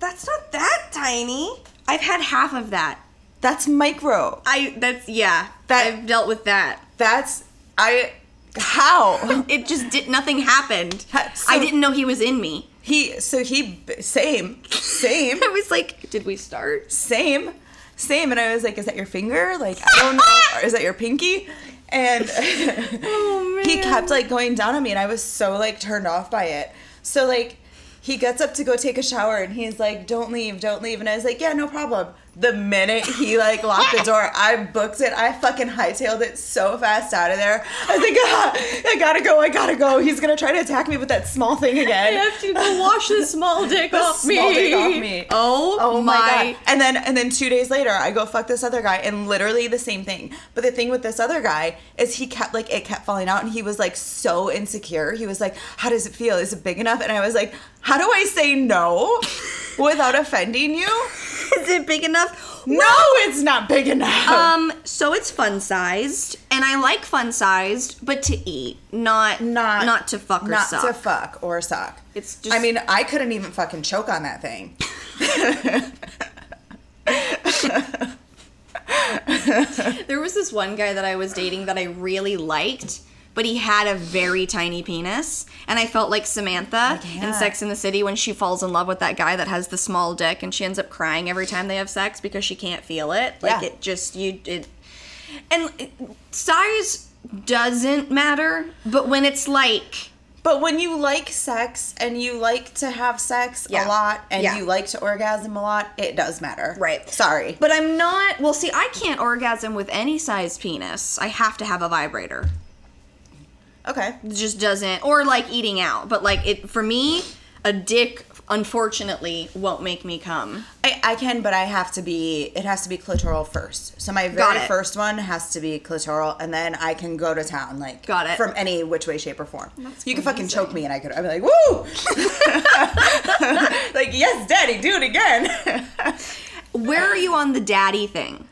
Speaker 1: That's not that tiny. I've had half of that.
Speaker 2: That's micro.
Speaker 1: I that's yeah.
Speaker 2: That-
Speaker 1: I've dealt with that.
Speaker 2: That's I how
Speaker 1: It just did nothing happened.
Speaker 2: Ha- so-
Speaker 1: I didn't know he was in me.
Speaker 2: he so he same same
Speaker 1: I was like, did we start?
Speaker 2: same, same. And I was like, is that your finger? Like, I don't know. Or is that your pinky? And
Speaker 1: Oh man.
Speaker 2: he kept like going down on me and I was so like turned off by it. So like, he gets up to go take a shower and he's like, Don't leave, don't leave. And I was like, Yeah, no problem. The minute he like locked the door, I booked it. I fucking hightailed it so fast out of there. I was like, ah, I gotta go, I gotta go. He's gonna try to attack me with that small thing
Speaker 1: I
Speaker 2: again.
Speaker 1: have to go wash the small dick
Speaker 2: The
Speaker 1: off me.
Speaker 2: small dick off me.
Speaker 1: Oh,
Speaker 2: Oh my,
Speaker 1: my,
Speaker 2: god. And then and then two days later I go fuck this other guy and literally the same thing. But the thing with this other guy is he kept like it kept falling out and he was like so insecure. He was like, How does it feel? Is it big enough? And I was like, How do I say no without offending you?
Speaker 1: Is it big enough?
Speaker 2: No, it's not big enough.
Speaker 1: Um, so it's fun sized, and I like fun sized, but to eat, not
Speaker 2: not
Speaker 1: not to fuck or
Speaker 2: not
Speaker 1: suck.
Speaker 2: to fuck or suck.
Speaker 1: It's just-
Speaker 2: I mean, I couldn't even fucking choke on that thing.
Speaker 1: There was this one guy that I was dating that I really liked, but he had a very tiny penis. And I felt like Samantha in
Speaker 2: Oh, yeah.
Speaker 1: Sex in the City when she falls in love with that guy that has the small dick and she ends up crying every time they have sex because she can't feel it. Like
Speaker 2: Yeah.
Speaker 1: it just, you, it. And it- size doesn't matter, but when it's like.
Speaker 2: But when you like sex and you like to have sex
Speaker 1: Yeah.
Speaker 2: a lot and
Speaker 1: Yeah.
Speaker 2: you like to orgasm a lot, it does matter.
Speaker 1: Right.
Speaker 2: Sorry.
Speaker 1: But I'm not. Well, see, I can't orgasm with any size penis. I have to have a vibrator.
Speaker 2: okay.
Speaker 1: just doesn't or like eating out but like it for me a dick unfortunately won't make me come
Speaker 2: I, I can, but I have to be, it has to be clitoral first. So my
Speaker 1: Got
Speaker 2: very
Speaker 1: it.
Speaker 2: first one has to be clitoral and then I can go to town. Like,
Speaker 1: Got it.
Speaker 2: From any which way, shape, or form. you can fucking
Speaker 1: amazing.
Speaker 2: choke me and I could, I'd be like, woo! like, yes, daddy, do it again.
Speaker 1: where are you on the daddy thing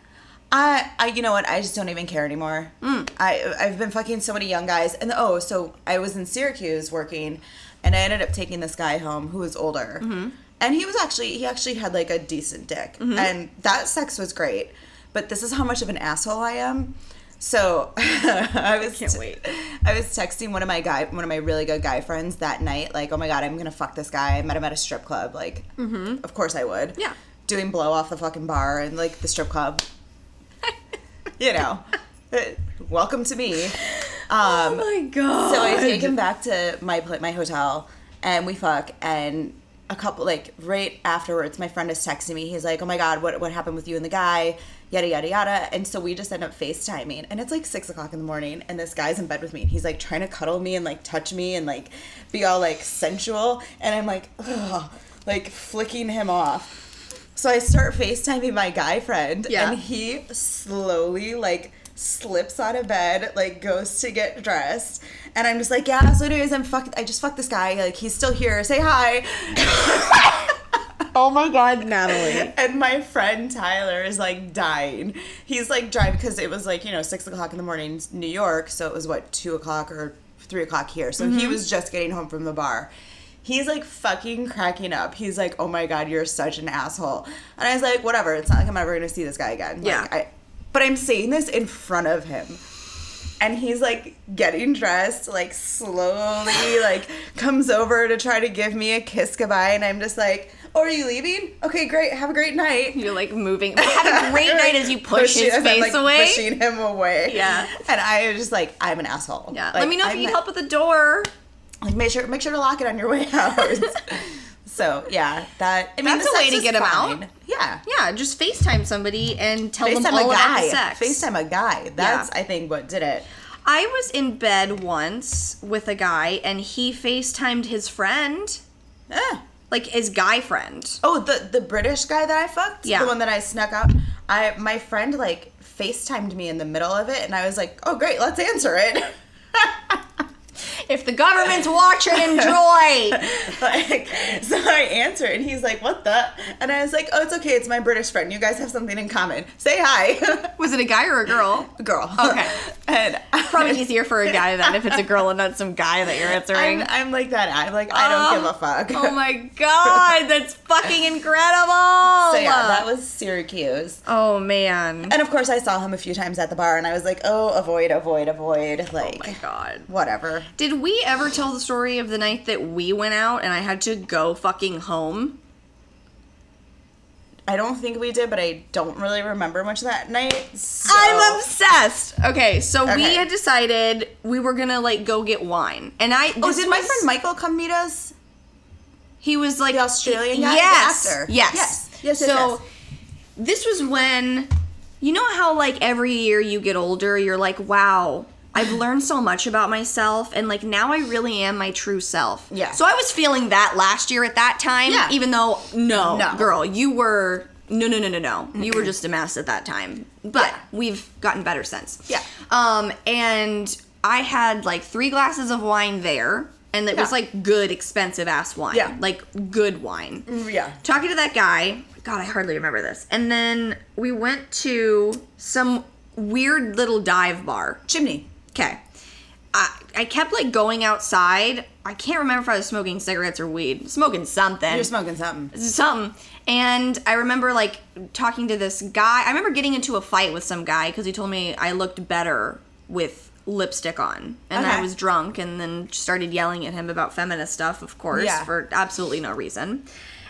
Speaker 2: I, I, you know what? I just don't even care anymore.
Speaker 1: Mm.
Speaker 2: I, I've been fucking so many young guys, and oh, so I was in Syracuse working, and I ended up taking this guy home who was older,
Speaker 1: Mm-hmm.
Speaker 2: and he was actually, he actually had like a decent dick, and that sex was great, but this is how much of an asshole I am. So I was
Speaker 1: can't wait.
Speaker 2: I was texting one of my guy, one of my really good guy friends that night, like, oh my god, I'm gonna fuck this guy. I met him at a strip club, like, of course I would.
Speaker 1: Mm-hmm. Yeah.
Speaker 2: doing blow off the fucking bar and like the strip club you know, uh, welcome to me. Um,
Speaker 1: my god
Speaker 2: so I take him back to my pla- my hotel, and we fuck. And a couple like right afterwards, my friend is texting me. He's like, "Oh my god, what what happened with you and the guy?" Yada yada yada. And so we just end up FaceTiming, and it's like six o'clock in the morning, and this guy's in bed with me, and he's like trying to cuddle me and like touch me and like be all like sensual, and I'm like, ugh, like flicking him off. So I start FaceTiming my guy friend,
Speaker 1: Yeah.
Speaker 2: and he slowly like slips out of bed, like goes to get dressed, and I'm just like, yeah. So anyways, I'm fuck. I just fucked this guy. Like he's still here. Say hi.
Speaker 1: oh my god natalie
Speaker 2: And my friend Tyler is like dying. He's like driving because it was like you know six o'clock in the morning, New York. So it was what two o'clock or three o'clock here. So he was just getting home from the bar. He's like fucking cracking up. He's like, "Oh my god, you're such an asshole." And I was like, "Whatever. It's not like I'm ever gonna see this guy again." Like,
Speaker 1: Yeah.
Speaker 2: I, but I'm saying this in front of him and he's like getting dressed like slowly like comes over to try to give me a kiss goodbye and i'm just like oh are you leaving okay great have a great night
Speaker 1: you're like moving have a great night as you push
Speaker 2: Pushing-
Speaker 1: his
Speaker 2: as I'm,
Speaker 1: face
Speaker 2: like,
Speaker 1: away
Speaker 2: pushing him away
Speaker 1: Yeah.
Speaker 2: and i was just like i'm an asshole
Speaker 1: yeah
Speaker 2: Like,
Speaker 1: let me know if
Speaker 2: I'm
Speaker 1: you need
Speaker 2: not-
Speaker 1: help with the door
Speaker 2: like make sure make sure to lock it on your way out so yeah that i
Speaker 1: that's
Speaker 2: the
Speaker 1: a way
Speaker 2: sex
Speaker 1: to
Speaker 2: is
Speaker 1: get him out.
Speaker 2: fine. yeah
Speaker 1: yeah just facetime somebody and tell them
Speaker 2: FaceTime
Speaker 1: all
Speaker 2: a
Speaker 1: about
Speaker 2: guy.
Speaker 1: the sex
Speaker 2: FaceTime a guy. That's I think what did it.
Speaker 1: i was in bed once with a guy and he facetimed his friend
Speaker 2: Eh.
Speaker 1: like his guy friend
Speaker 2: Oh, the the British guy that I fucked,
Speaker 1: Yeah.
Speaker 2: the one that I snuck out. I my friend like FaceTimed me in the middle of it, and I was like, "Oh, great, let's answer it."
Speaker 1: If the government's watching, enjoy.
Speaker 2: like, so I answer, it, and he's like, "What the?" And I was like, "Oh, it's okay. It's my British friend. You guys have something in common. Say hi,
Speaker 1: Was it a guy or a girl?
Speaker 2: girl."
Speaker 1: Okay.
Speaker 2: and
Speaker 1: Probably easier for a guy than if it's a girl and not some guy that you're
Speaker 2: I'm,
Speaker 1: answering.
Speaker 2: I'm like that. I'm like, I don't give a fuck.
Speaker 1: Oh my god, that's fucking incredible.
Speaker 2: So yeah, that was Syracuse.
Speaker 1: oh man.
Speaker 2: And of course, I saw him a few times at the bar, and I was like, "Oh, avoid, avoid, avoid." Like,
Speaker 1: Oh my god.
Speaker 2: whatever.
Speaker 1: Did we ever tell the story of the night that we went out and I had to go fucking home?
Speaker 2: I don't think we did, but I don't really remember much of that night. So.
Speaker 1: I'm obsessed. Okay, so we
Speaker 2: Okay.
Speaker 1: had decided we were gonna like go get wine, and I.
Speaker 2: Oh,
Speaker 1: this
Speaker 2: did my
Speaker 1: was-
Speaker 2: friend Michael come meet us?
Speaker 1: He was like
Speaker 2: The Australian guy, the
Speaker 1: Yes,
Speaker 2: actor.
Speaker 1: yes,
Speaker 2: Yes, yes, yes,
Speaker 1: So
Speaker 2: yes.
Speaker 1: this was when you know how like every year you get older, you're like, wow. I've learned so much about myself, and like now I really am my true self.
Speaker 2: Yeah.
Speaker 1: So I was feeling that last year at that time,
Speaker 2: Yeah.
Speaker 1: even though no,
Speaker 2: No.
Speaker 1: girl, you were no, no, no, no, no. You were just a mess at that time, but
Speaker 2: Yeah.
Speaker 1: we've gotten better since.
Speaker 2: Yeah.
Speaker 1: Um, and I had like three glasses of wine there, and it was
Speaker 2: Yeah.
Speaker 1: like good, expensive ass wine.
Speaker 2: Yeah.
Speaker 1: Like good wine.
Speaker 2: Yeah.
Speaker 1: Talking to that guy, God, I hardly remember this. And then we went to some weird little dive bar.
Speaker 2: Chimney.
Speaker 1: Okay. I, I kept like going outside. I can't remember if I was smoking cigarettes or weed. Smoking something
Speaker 2: You're smoking something.
Speaker 1: something. And I remember like talking to this guy. I remember getting into a fight with some guy because he told me I looked better with lipstick on, and I
Speaker 2: Okay.
Speaker 1: was drunk, and then started yelling at him about feminist stuff, of course,
Speaker 2: Yeah.
Speaker 1: for absolutely no reason.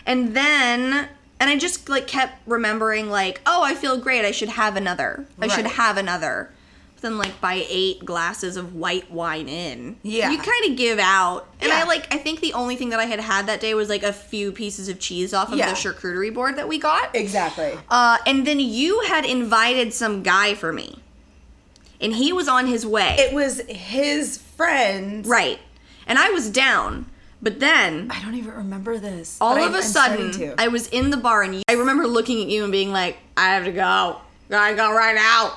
Speaker 1: And then. And I just like kept remembering like, oh, I feel great. I should have another. I should
Speaker 2: Right.
Speaker 1: have another. But then like by eight glasses of white wine in,
Speaker 2: Yeah.
Speaker 1: you kind of give out. And I
Speaker 2: Yeah.
Speaker 1: like I think the only thing that I had had that day was like a few pieces of cheese off of
Speaker 2: Yeah.
Speaker 1: the charcuterie board that we got.
Speaker 2: Exactly.
Speaker 1: Uh, and then you had invited some guy for me, and he was on his way.
Speaker 2: It was his friend.
Speaker 1: right, and I was down. But then
Speaker 2: I don't even remember this.
Speaker 1: all
Speaker 2: but
Speaker 1: of
Speaker 2: I'm-
Speaker 1: a
Speaker 2: I'm starting
Speaker 1: sudden,
Speaker 2: to.
Speaker 1: I was in the bar, and you, I remember looking at you and being like, "I have to go. Gotta go right now."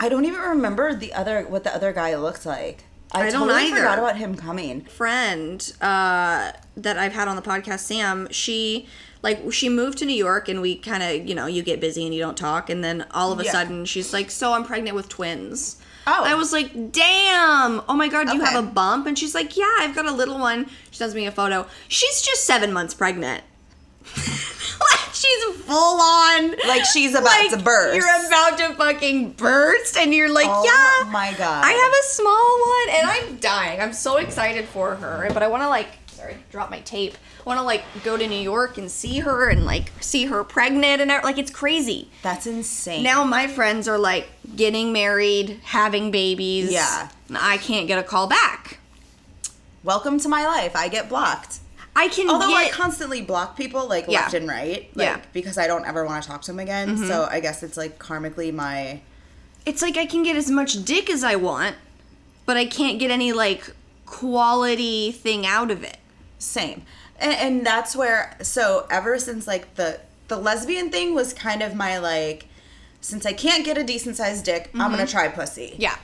Speaker 2: I don't even remember the other what the other guy looked like. I,
Speaker 1: I don't
Speaker 2: totally
Speaker 1: either.
Speaker 2: forgot about him coming.
Speaker 1: friend uh, that I've had on the podcast, Sam, she like she moved to New York and we kind of, you know, you get busy and you don't talk and then all of a
Speaker 2: Yeah.
Speaker 1: sudden she's like, "So I'm pregnant with twins."
Speaker 2: Oh.
Speaker 1: I was like, "Damn. Oh my god, do you
Speaker 2: Okay.
Speaker 1: have a bump?" And she's like, "Yeah, I've got a little one." She sends me a photo. She's just 7 months pregnant. like she's full on
Speaker 2: Like she's about to burst.
Speaker 1: You're about to fucking burst and you're like,
Speaker 2: Oh
Speaker 1: "Yeah."
Speaker 2: my God.
Speaker 1: I have a small one and I'm dying. I'm so excited for her, but I want to like sorry, drop my tape. I want to like go to New York and see her and like see her pregnant and ev- like it's crazy.
Speaker 2: That's insane.
Speaker 1: Now my friends are like getting married, having babies.
Speaker 2: Yeah.
Speaker 1: And I can't get a call back.
Speaker 2: welcome to my life. I get blocked.
Speaker 1: I can
Speaker 2: Although I
Speaker 1: get
Speaker 2: constantly block people like
Speaker 1: Yeah.
Speaker 2: left and right, like,
Speaker 1: Yeah. Mm-hmm.
Speaker 2: because I don't ever want to talk to them again. So I guess it's like karmically my
Speaker 1: it's like I can get as much dick as I want, but I can't get any like quality thing out of it.
Speaker 2: same and, and that's where so ever since like the the lesbian thing was kind of my like since i can't get a decent sized dick i'm gonna try pussy
Speaker 1: Yeah.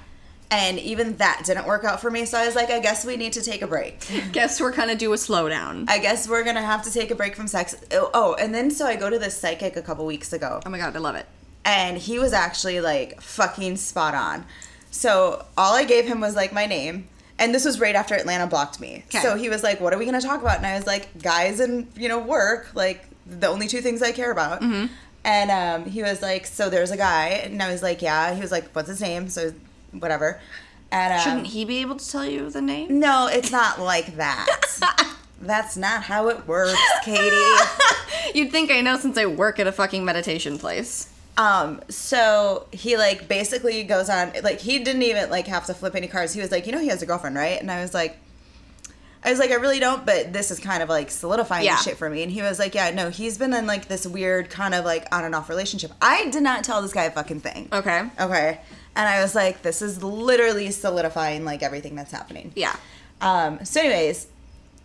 Speaker 2: and even that didn't work out for me so i was like i guess we need to take a break
Speaker 1: Guess we're gonna do a slowdown.
Speaker 2: i guess we're gonna have to take a break from sex oh oh, and then so i go to this psychic a couple weeks ago
Speaker 1: oh my god, I love it.
Speaker 2: and he was actually like fucking spot on. So all I gave him was like my name. And this was right after Atlanta blocked me.
Speaker 1: Okay.
Speaker 2: So he was like, What are we gonna talk about? And I was like, Guys and, you know, work, like the only two things I care about.
Speaker 1: Mm-hmm.
Speaker 2: And um, he was like, So there's a guy. And I was like, Yeah. He was like, What's his name? So whatever. And um,
Speaker 1: Shouldn't he be able to tell you the name?
Speaker 2: No, it's not like that. That's not how it works, Katie.
Speaker 1: You'd think I know since I work at a fucking meditation place.
Speaker 2: Um, so he like basically goes on like he didn't even like have to flip any cards. He was like, you know, he has a girlfriend, right? And I was like, I was like, I really don't, but this is kind of like solidifying
Speaker 1: Yeah.
Speaker 2: this shit for me. And he was like, yeah, no, he's been in like this weird kind of like on and off relationship. I did not tell this guy a fucking thing.
Speaker 1: Okay.
Speaker 2: Okay. And I was like, this is literally solidifying like everything that's happening.
Speaker 1: Yeah.
Speaker 2: Um, so, anyways,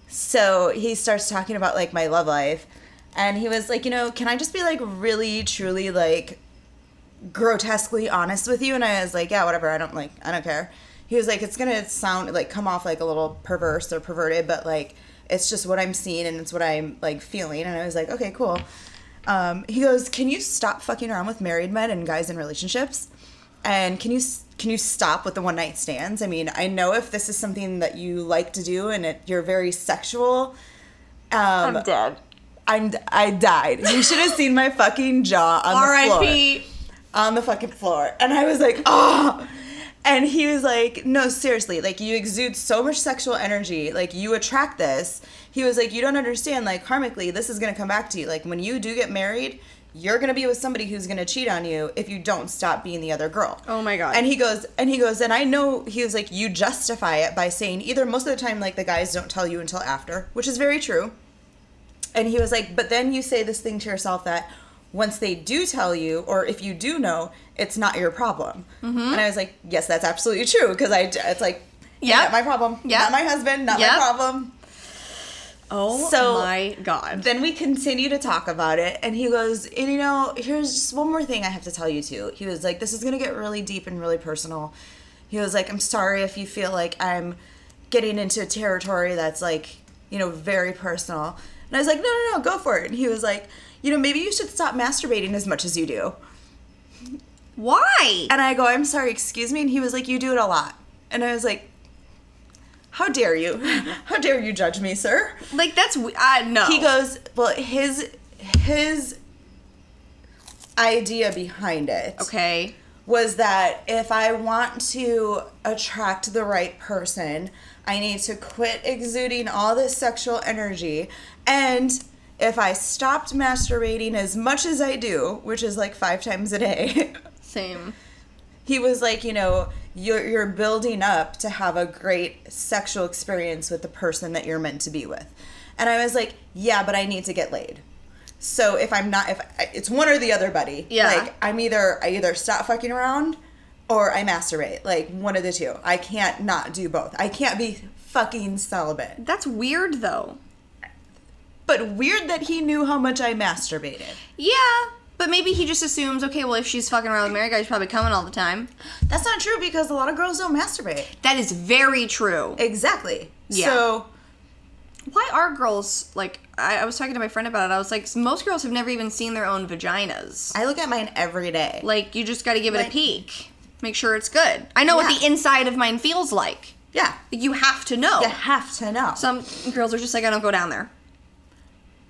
Speaker 2: so he starts talking about like my love life, and he was like, you know, can I just be like really, truly, like grotesquely honest with you? And I was like, yeah, whatever. I don't like, I don't care. He was like, it's gonna sound like come off like a little perverse or perverted, but like it's just what I'm seeing and it's what I'm like feeling. And I was like, okay, cool. Um, he goes, can you stop fucking around with married men and guys in relationships? And can you can you stop with the one night stands? I mean, I know if this is something that you like to do and it, you're very sexual. Um,
Speaker 1: dead.
Speaker 2: I'm I died. You should have seen my fucking jaw on the floor
Speaker 1: R.I.P.
Speaker 2: on the fucking floor. And I was like, oh. And he was like, no, seriously, like you exude so much sexual energy. Like you attract this. He was like, you don't understand. Like karmically, this is going to come back to you. Like when you do get married, you're going to be with somebody who's going to cheat on you if you don't stop being the other girl.
Speaker 1: Oh my God.
Speaker 2: And he goes, and he goes, and I know he was like, you justify it by saying either most of the time, like the guys don't tell you until after, which is very true And he was like, but then you say this thing to yourself that once they do tell you, or if you do know, it's not your problem. And I was like, yes, that's absolutely true because I, d- it's like,
Speaker 1: Yep.
Speaker 2: not my problem,
Speaker 1: Yep.
Speaker 2: not my husband, not
Speaker 1: Yep.
Speaker 2: my problem.
Speaker 1: Oh
Speaker 2: So-
Speaker 1: my god.
Speaker 2: Then we continue to talk about it, and he goes, and you know, here's just one more thing I have to tell you too. He was like, this is gonna get really deep and really personal. He was like, I'm sorry if you feel like I'm getting into a territory that's like, you know, very personal. And I was like, no, no, no, go for it. And he was like, you know, maybe you should stop masturbating as much as you do.
Speaker 1: Why?
Speaker 2: And I go, I'm sorry, excuse me. And he was like, you do it a lot. And I was like, how dare you? How dare you judge me, sir?
Speaker 1: Like that's w- I no.
Speaker 2: he goes well his his idea behind it
Speaker 1: okay.
Speaker 2: was that if i want to attract the right person i need to quit exuding all this sexual energy and if i stopped masturbating as much as i do which is like five times a day
Speaker 1: Same.
Speaker 2: he was like, you know, you're you're building up to have a great sexual experience with the person that you're meant to be with. And I was like, yeah, but I need to get laid. So if I'm not if I, it's one or the other, buddy.
Speaker 1: Yeah.
Speaker 2: Like I'm either I either stop fucking around or I masturbate. Like one of the two. I can't not do both. I can't be fucking celibate.
Speaker 1: That's weird though.
Speaker 2: But weird that he knew how much I masturbated.
Speaker 1: Yeah, but maybe he just assumes okay, well if she's fucking around with married guy, he's probably coming all the time.
Speaker 2: That's not true because a lot of girls don't masturbate.
Speaker 1: That is very true.
Speaker 2: Exactly.
Speaker 1: Yeah.
Speaker 2: So
Speaker 1: Why are girls like I, I was talking to my friend about it. I was like most girls have never even seen their own vaginas.
Speaker 2: I look at mine every day.
Speaker 1: Like you just got to give it a
Speaker 2: Like-
Speaker 1: peek. Make sure it's good. I know what
Speaker 2: Yeah.
Speaker 1: the inside of mine feels like.
Speaker 2: Yeah.
Speaker 1: You have to know.
Speaker 2: You have to know.
Speaker 1: Some girls are just like I don't go down there.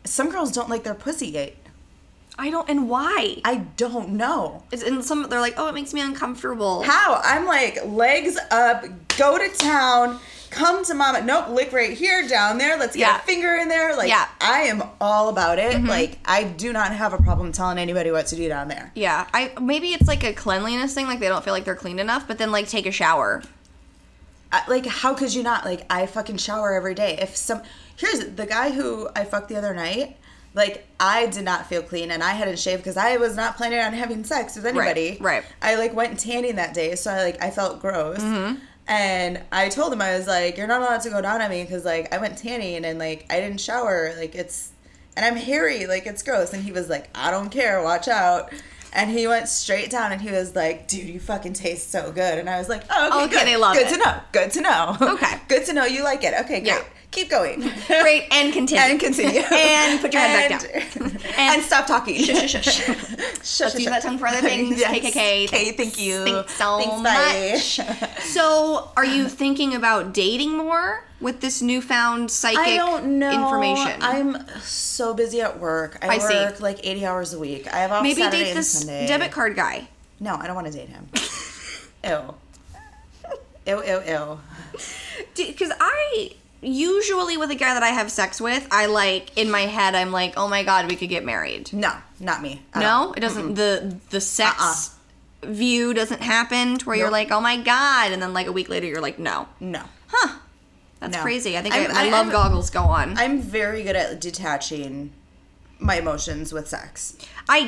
Speaker 2: Some girls don't like their pussy yet.
Speaker 1: I don't and why?
Speaker 2: I don't know.
Speaker 1: It's, and some they're like, "Oh, it makes me uncomfortable."
Speaker 2: How? I'm like, legs up, go to town, come to mama. Nope, lick right here, down there. Let's get
Speaker 1: Yeah.
Speaker 2: a finger in there. Like,
Speaker 1: Yeah. Mm-hmm.
Speaker 2: I am all about it. Like, I do not have a problem telling anybody what to do down there.
Speaker 1: Yeah, I maybe it's like a cleanliness thing, like they don't feel like they're clean enough, but then like take a shower.
Speaker 2: I, like how could you not like i fucking shower every day if some here's the guy who i fucked the other night like i did not feel clean and i hadn't shaved because i was not planning on having sex with anybody
Speaker 1: right.
Speaker 2: i like went tanning that day so i like i felt gross
Speaker 1: Mm-hmm.
Speaker 2: and i told him i was like you're not allowed to go down on me because like i went tanning and like i didn't shower like it's and i'm hairy like it's gross and he was like i don't care watch out and he went straight down and he was like, dude, you fucking taste so good. And I was like, oh, okay,
Speaker 1: Okay,
Speaker 2: good.
Speaker 1: they love
Speaker 2: good
Speaker 1: it.
Speaker 2: to know know. Good to know.
Speaker 1: Okay.
Speaker 2: Good to know you like it. Okay, great.
Speaker 1: Yeah.
Speaker 2: Keep going.
Speaker 1: Great, and continue.
Speaker 2: and continue.
Speaker 1: And put your head back
Speaker 2: down. And,
Speaker 1: And-
Speaker 2: stop talking.
Speaker 1: Shush, shush, shush.
Speaker 2: Shush,
Speaker 1: Let's use
Speaker 2: shush,
Speaker 1: that tongue for other
Speaker 2: shush.
Speaker 1: things.
Speaker 2: Yes.
Speaker 1: KKK.
Speaker 2: Okay, thank you.
Speaker 1: Thanks so
Speaker 2: much.
Speaker 1: So, are you thinking about dating more with this newfound psychic
Speaker 2: I don't know.
Speaker 1: information?
Speaker 2: I'm so busy at work. I,
Speaker 1: I see.
Speaker 2: work like 80 hours a week. I have off
Speaker 1: maybe
Speaker 2: Saturday
Speaker 1: date
Speaker 2: and
Speaker 1: this
Speaker 2: Sunday.
Speaker 1: debit card guy.
Speaker 2: No, I don't want to date him. ew. Ew, ew, ew.
Speaker 1: because I usually with a guy that I have sex with, I like in my head, I'm like, oh my god, we could get married.
Speaker 2: No, not me. at all.
Speaker 1: No, it doesn't. The the sex view doesn't happen to where you're
Speaker 2: Nope.
Speaker 1: like, oh my god, and then like a week later you're like, no,
Speaker 2: No.
Speaker 1: huh? That's
Speaker 2: No.
Speaker 1: crazy. I think I,
Speaker 2: I'm-
Speaker 1: my
Speaker 2: I-
Speaker 1: love
Speaker 2: I'm-
Speaker 1: goggles go on. I,
Speaker 2: I'm very good at detaching my emotions with sex.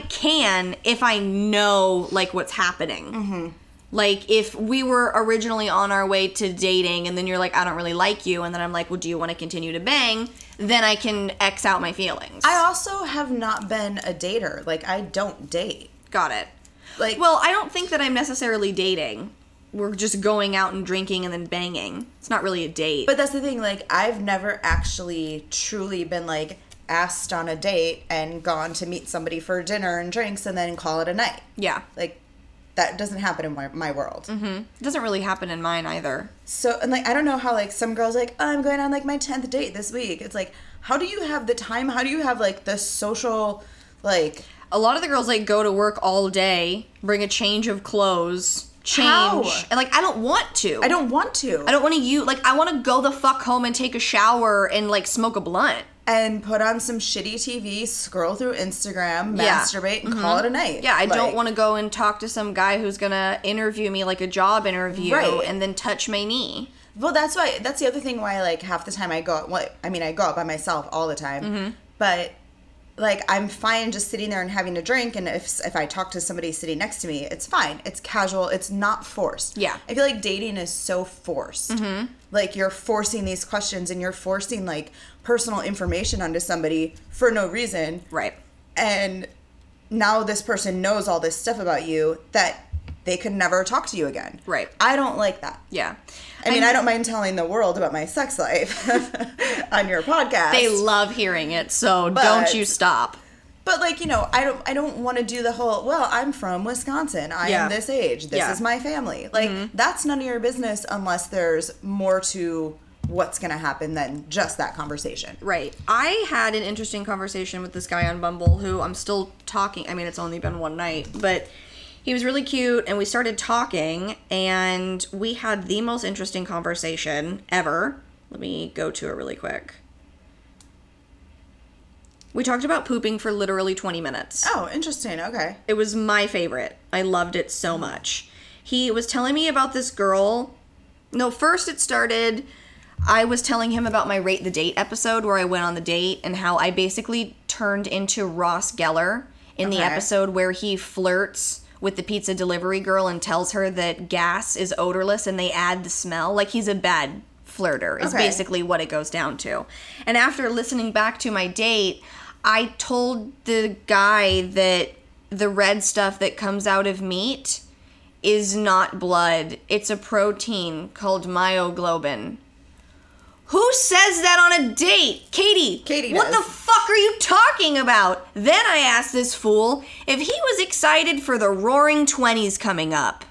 Speaker 1: can if I know like what's happening. Like if we were originally on our way to dating, and then you're like, I don't really like you, and then I'm like, well, do you want to continue to bang? Then I can X out my feelings.
Speaker 2: I also have not been a dater. Like I don't date.
Speaker 1: Got it.
Speaker 2: Like
Speaker 1: Well, I don't think that I'm necessarily dating. We're just going out and drinking and then banging. It's not really a date.
Speaker 2: but that's the thing like I've never actually truly been like asked on a date and gone to meet somebody for dinner and drinks and then call it a night.
Speaker 1: yeah,
Speaker 2: Like that doesn't happen in my, my world.
Speaker 1: it doesn't really happen in mine either.
Speaker 2: So and like I don't know how like some girls like oh, I'm going on like my 10th date this week. It's like how do you have the time? How do you have like the social like
Speaker 1: A lot of the girls like go to work all day, bring a change of clothes, change,
Speaker 2: How?
Speaker 1: and like I don't want to.
Speaker 2: I don't want to.
Speaker 1: I don't want to you like I want to go the fuck home and take a shower and like smoke a blunt.
Speaker 2: and put on some shitty TV, scroll through Instagram,
Speaker 1: Yeah. Mm-hmm.
Speaker 2: masturbate, and call it a night.
Speaker 1: Yeah, I don't want to go and talk to some guy who's gonna interview me like a job interview
Speaker 2: Right.
Speaker 1: and then touch my knee. Mm-hmm.
Speaker 2: Well, that's why. That's the other thing why, like, half the time I go. Well, I mean, I go out by myself all the time. but like I'm fine just sitting there and having a drink and if if I talk to somebody sitting next to me, it's fine. It's casual. It's not forced.
Speaker 1: Yeah. Mm-hmm.
Speaker 2: I feel like dating is so forced. Like you're forcing these questions and you're forcing like personal information onto somebody for no reason.
Speaker 1: Right.
Speaker 2: And now this person knows all this stuff about you that they could never talk to you again.
Speaker 1: Right.
Speaker 2: I don't like that.
Speaker 1: Yeah.
Speaker 2: I mean, I don't mind telling the world about my sex life on your podcast.
Speaker 1: They love hearing it, so
Speaker 2: But-
Speaker 1: don't you stop.
Speaker 2: But like you know, I don't I don't want to do the whole. Well, I'm from Wisconsin. I
Speaker 1: Yeah.
Speaker 2: am this age. This
Speaker 1: Yeah. Mm-hmm.
Speaker 2: is my family. Like that's none of your business unless there's more to what's going to happen than just that conversation.
Speaker 1: Right. I had an interesting conversation with this guy on Bumble who I'm still talking. I mean, it's only been one night, but he was really cute and we started talking and we had the most interesting conversation ever. Let me go to it really quick. We talked about pooping for literally 20 minutes.
Speaker 2: Oh, interesting. Okay.
Speaker 1: It was my favorite. I loved it so much. He was telling me about this girl. No, first it started. I was telling him about my Rate the Date episode where I went on the date and how I basically turned into Ross Geller in the
Speaker 2: Okay.
Speaker 1: episode where he flirts with the pizza delivery girl and tells her that gas is odorless and they add the smell. Like he's a bad flirter, is
Speaker 2: Okay.
Speaker 1: basically what it goes down to. And after listening back to my date, I told the guy that the red stuff that comes out of meat is not blood. It's a protein called myoglobin. Who says that on a date? Katie.
Speaker 2: Katie
Speaker 1: What
Speaker 2: does.
Speaker 1: the fuck are you talking about? Then I asked this fool if he was excited for the roaring 20s coming up.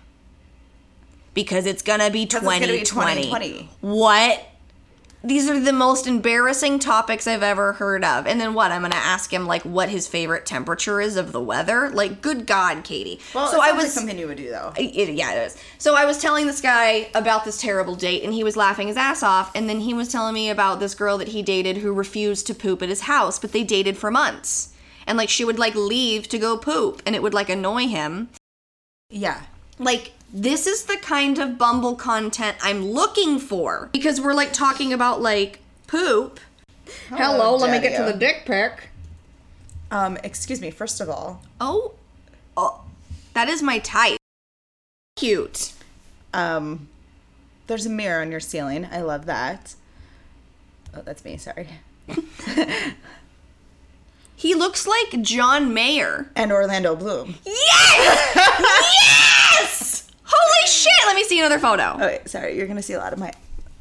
Speaker 1: Because it's gonna be
Speaker 2: it's gonna be
Speaker 1: 2020.
Speaker 2: 2020.
Speaker 1: What? These are the most embarrassing topics I've ever heard of. And then what? I'm gonna ask him like what his favorite temperature is of the weather. Like, good God, Katie.
Speaker 2: Well,
Speaker 1: so I was
Speaker 2: something you would do though.
Speaker 1: it, yeah, it is. So I was telling this guy about this terrible date, and he was laughing his ass off. And then he was telling me about this girl that he dated who refused to poop at his house, but they dated for months. And like she would like leave to go poop, and it would like annoy him.
Speaker 2: Yeah.
Speaker 1: Like this is the kind of Bumble content I'm looking for because we're like talking about like poop. Hello, let me get to
Speaker 2: Daddy-o.
Speaker 1: the dick pic.
Speaker 2: Um, excuse me. First of all,
Speaker 1: Oh, oh, that is my type. Cute.
Speaker 2: um, there's a mirror on your ceiling. I love that. Oh, that's me. Sorry.
Speaker 1: He looks like John Mayer.
Speaker 2: And Orlando Bloom.
Speaker 1: Yes! yes! Holy shit! Let me see another photo.
Speaker 2: Oh, wait, sorry. You're gonna see a lot of my.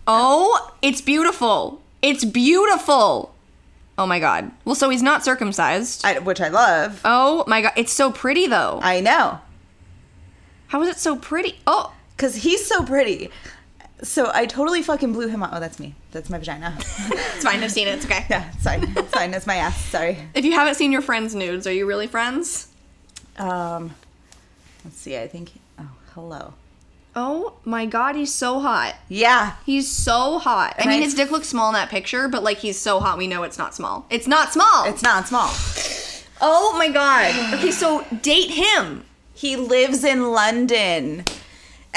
Speaker 1: Oh, it's beautiful. It's beautiful. Oh my god. Well, so he's not circumcised.
Speaker 2: I, which I love.
Speaker 1: Oh my god. It's so pretty though.
Speaker 2: I know.
Speaker 1: How is it so pretty? Oh,
Speaker 2: Because he's so pretty. So I totally fucking blew him out. Oh, that's me. That's my vagina.
Speaker 1: it's fine. I've seen it. It's okay.
Speaker 2: yeah, it's fine. It's fine. That's my ass. Sorry.
Speaker 1: If you haven't seen your friend's nudes, are you really friends?
Speaker 2: Um, let's see. I think. Oh, hello.
Speaker 1: Oh my god, he's so hot.
Speaker 2: Yeah.
Speaker 1: He's so hot. I mean,
Speaker 2: I-
Speaker 1: his dick looks small in that picture, but like he's so hot, we know it's not small. It's not small.
Speaker 2: It's not small.
Speaker 1: oh my god. Okay, so date him.
Speaker 2: He lives in London.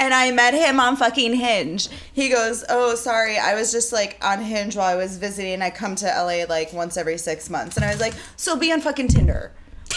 Speaker 2: And I met him on fucking Hinge. He goes, Oh, sorry, I was just like on Hinge while I was visiting. I come to LA like once every six months. And I was like, So be on fucking Tinder.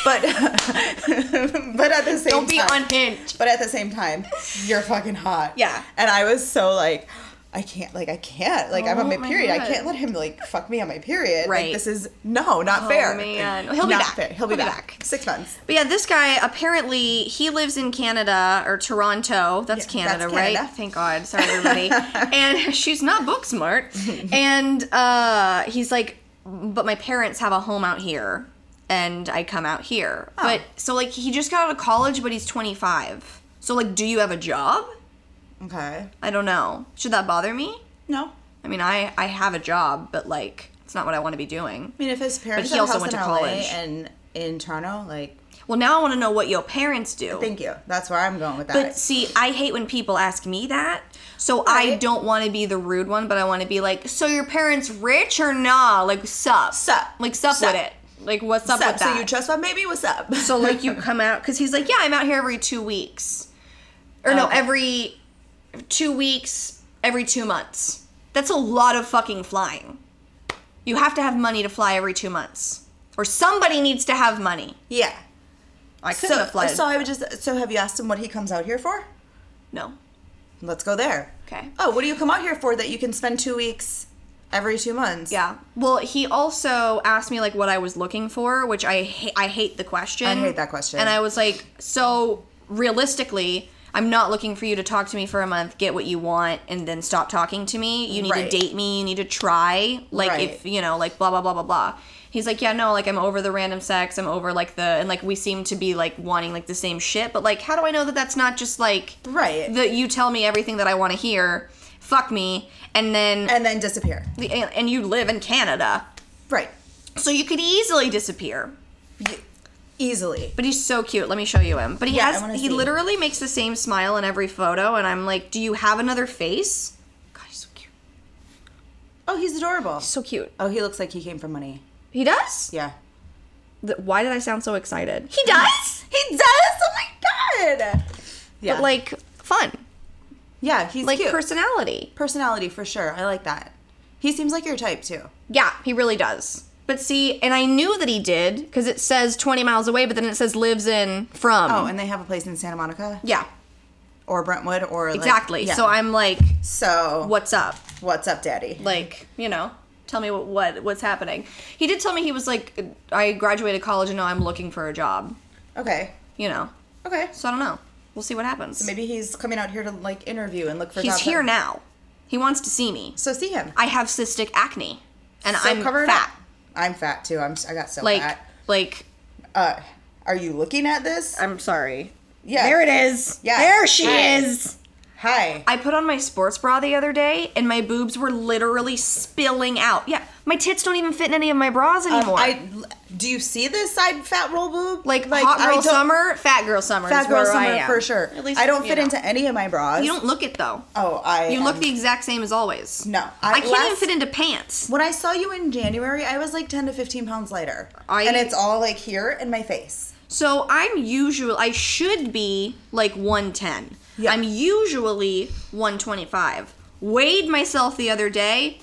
Speaker 2: But but at the same
Speaker 1: Don't be
Speaker 2: time-
Speaker 1: on Hinge.
Speaker 2: But at the same time, you're fucking hot.
Speaker 1: Yeah.
Speaker 2: And I was so like, I can't, like, I can't, like, I'm on
Speaker 1: Oh
Speaker 2: my
Speaker 1: my
Speaker 2: period. I
Speaker 1: God.
Speaker 2: can't let him like fuck me on my period.
Speaker 1: Right. Oh,
Speaker 2: Like, this is no, not fair.
Speaker 1: man. He'll be
Speaker 2: Not
Speaker 1: back.
Speaker 2: fair. He'll, be, back. Six months.
Speaker 1: But yeah, this guy apparently he lives in Canada or Toronto. That's
Speaker 2: Yeah,
Speaker 1: Canada,
Speaker 2: that's
Speaker 1: right?
Speaker 2: Canada.
Speaker 1: Thank God. Sorry, everybody. and she's not book smart. and uh, he's like, but my parents have a home out here, and I come out here.
Speaker 2: Oh.
Speaker 1: But so like he just got out of college, but he's 25. So like, do you have a job?
Speaker 2: Okay.
Speaker 1: I don't know. Should that bother me?
Speaker 2: No.
Speaker 1: I mean, I I have a job, but like, it's not what I want to be doing.
Speaker 2: I mean, if his parents
Speaker 1: he
Speaker 2: have
Speaker 1: also
Speaker 2: a house
Speaker 1: went
Speaker 2: in
Speaker 1: to
Speaker 2: LA
Speaker 1: college.
Speaker 2: and in Toronto, like,
Speaker 1: Well, now I want to know what your parents do.
Speaker 2: thank you. That's where I'm going with that.
Speaker 1: But see, I hate when people ask me that. So I
Speaker 2: Right.
Speaker 1: don't want to be the rude one, but I want to be like, so your parents rich or nah? Like sup,
Speaker 2: Sup.
Speaker 1: like sup,
Speaker 2: Sup.
Speaker 1: with it. Like what's up
Speaker 2: What's up?
Speaker 1: with
Speaker 2: So
Speaker 1: that?
Speaker 2: you trust my baby? What's up?
Speaker 1: so like you come out because he's like, yeah, I'm out here every two weeks, or no,
Speaker 2: Okay.
Speaker 1: every two weeks, every two months. That's a lot of fucking flying. You have to have money to fly every two months. or somebody needs to have money.
Speaker 2: Yeah.
Speaker 1: I couldn't
Speaker 2: So,
Speaker 1: have flooded.
Speaker 2: so I would just. So have you asked him what he comes out here for?
Speaker 1: No.
Speaker 2: Let's go there.
Speaker 1: Okay.
Speaker 2: Oh, what do you come out here for that you can spend two weeks every two months?
Speaker 1: Yeah. Well, he also asked me like what I was looking for, which I ha- I hate the question.
Speaker 2: I hate that question.
Speaker 1: And I was like, so realistically, I'm not looking for you to talk to me for a month, get what you want, and then stop talking to me. You need
Speaker 2: Right.
Speaker 1: to date me. You need to try. Like
Speaker 2: Right.
Speaker 1: if you know, like blah blah blah blah blah. He's like, yeah, no, like I'm over the random sex. I'm over like the and like we seem to be like wanting like the same shit. But like, how do I know that that's not just like
Speaker 2: Right.
Speaker 1: that you tell me everything that I want to hear, fuck me, and then
Speaker 2: and then disappear.
Speaker 1: the- and, and you live in Canada,
Speaker 2: Right.
Speaker 1: so you could easily disappear.
Speaker 2: Y- easily.
Speaker 1: But he's so cute. Let me show you him. But he
Speaker 2: Yeah, I wanna
Speaker 1: has he
Speaker 2: see.
Speaker 1: literally makes the same smile in every photo, and I'm like, do you have another face? God, he's so cute.
Speaker 2: Oh, he's adorable.
Speaker 1: So cute.
Speaker 2: Oh, he looks like he came from money.
Speaker 1: He does.
Speaker 2: Yeah.
Speaker 1: Th- Why did I sound so excited? He does.
Speaker 2: He does. Oh my god. Yeah.
Speaker 1: But like fun,
Speaker 2: yeah, he's
Speaker 1: like
Speaker 2: like cute.
Speaker 1: personality.
Speaker 2: personality for sure. I like that. He seems like your type too.
Speaker 1: Yeah, he really does. But see, and I knew that he did because it says 20 miles away, but then it says lives in from.
Speaker 2: Oh, and they have a place in Santa Monica
Speaker 1: yeah,
Speaker 2: or Brentwood or like-
Speaker 1: exactly.
Speaker 2: yeah.
Speaker 1: So I'm like,
Speaker 2: so
Speaker 1: what's up?
Speaker 2: what's up, Daddy?
Speaker 1: like you know tell me what, what what's happening he did tell me he was like i graduated college and now i'm looking for a job
Speaker 2: Okay.
Speaker 1: you know
Speaker 2: Okay.
Speaker 1: so i don't know we'll see what happens
Speaker 2: Maybe he's coming out here to like interview and look for.
Speaker 1: he's
Speaker 2: jobs.
Speaker 1: here now he wants to see me
Speaker 2: So see him.
Speaker 1: i have cystic acne and
Speaker 2: So
Speaker 1: i'm
Speaker 2: cover it
Speaker 1: fat
Speaker 2: up. I'm fat too. I'm. I got so
Speaker 1: like
Speaker 2: fat.
Speaker 1: like
Speaker 2: Uh, are you looking at this?
Speaker 1: i'm sorry
Speaker 2: Yeah.
Speaker 1: there it is
Speaker 2: Yeah.
Speaker 1: there she
Speaker 2: Hi.
Speaker 1: is
Speaker 2: Hi.
Speaker 1: I put on my sports bra the other day and my boobs were literally spilling out. Yeah, my tits don't even fit in any of my bras
Speaker 2: Um,
Speaker 1: anymore.
Speaker 2: I. Do you see this side fat roll boob?
Speaker 1: like, hot
Speaker 2: I
Speaker 1: girl
Speaker 2: don't-
Speaker 1: summer, fat girl summer.
Speaker 2: Fat
Speaker 1: is
Speaker 2: girl
Speaker 1: where I
Speaker 2: summer
Speaker 1: am.
Speaker 2: for sure.
Speaker 1: At least
Speaker 2: I don't
Speaker 1: you
Speaker 2: fit
Speaker 1: know.
Speaker 2: into any of my bras.
Speaker 1: You don't look it though.
Speaker 2: Oh, I.
Speaker 1: You look
Speaker 2: am-
Speaker 1: the exact same as always.
Speaker 2: No,
Speaker 1: I,
Speaker 2: I-
Speaker 1: can't even
Speaker 2: last-
Speaker 1: fit into pants.
Speaker 2: When I saw you in January, I was like 10 to 15 pounds lighter.
Speaker 1: I-
Speaker 2: and it's all like here in my face.
Speaker 1: So I'm usually I should be like 110.
Speaker 2: Yeah.
Speaker 1: I'm usually 125. Weighed myself the other day,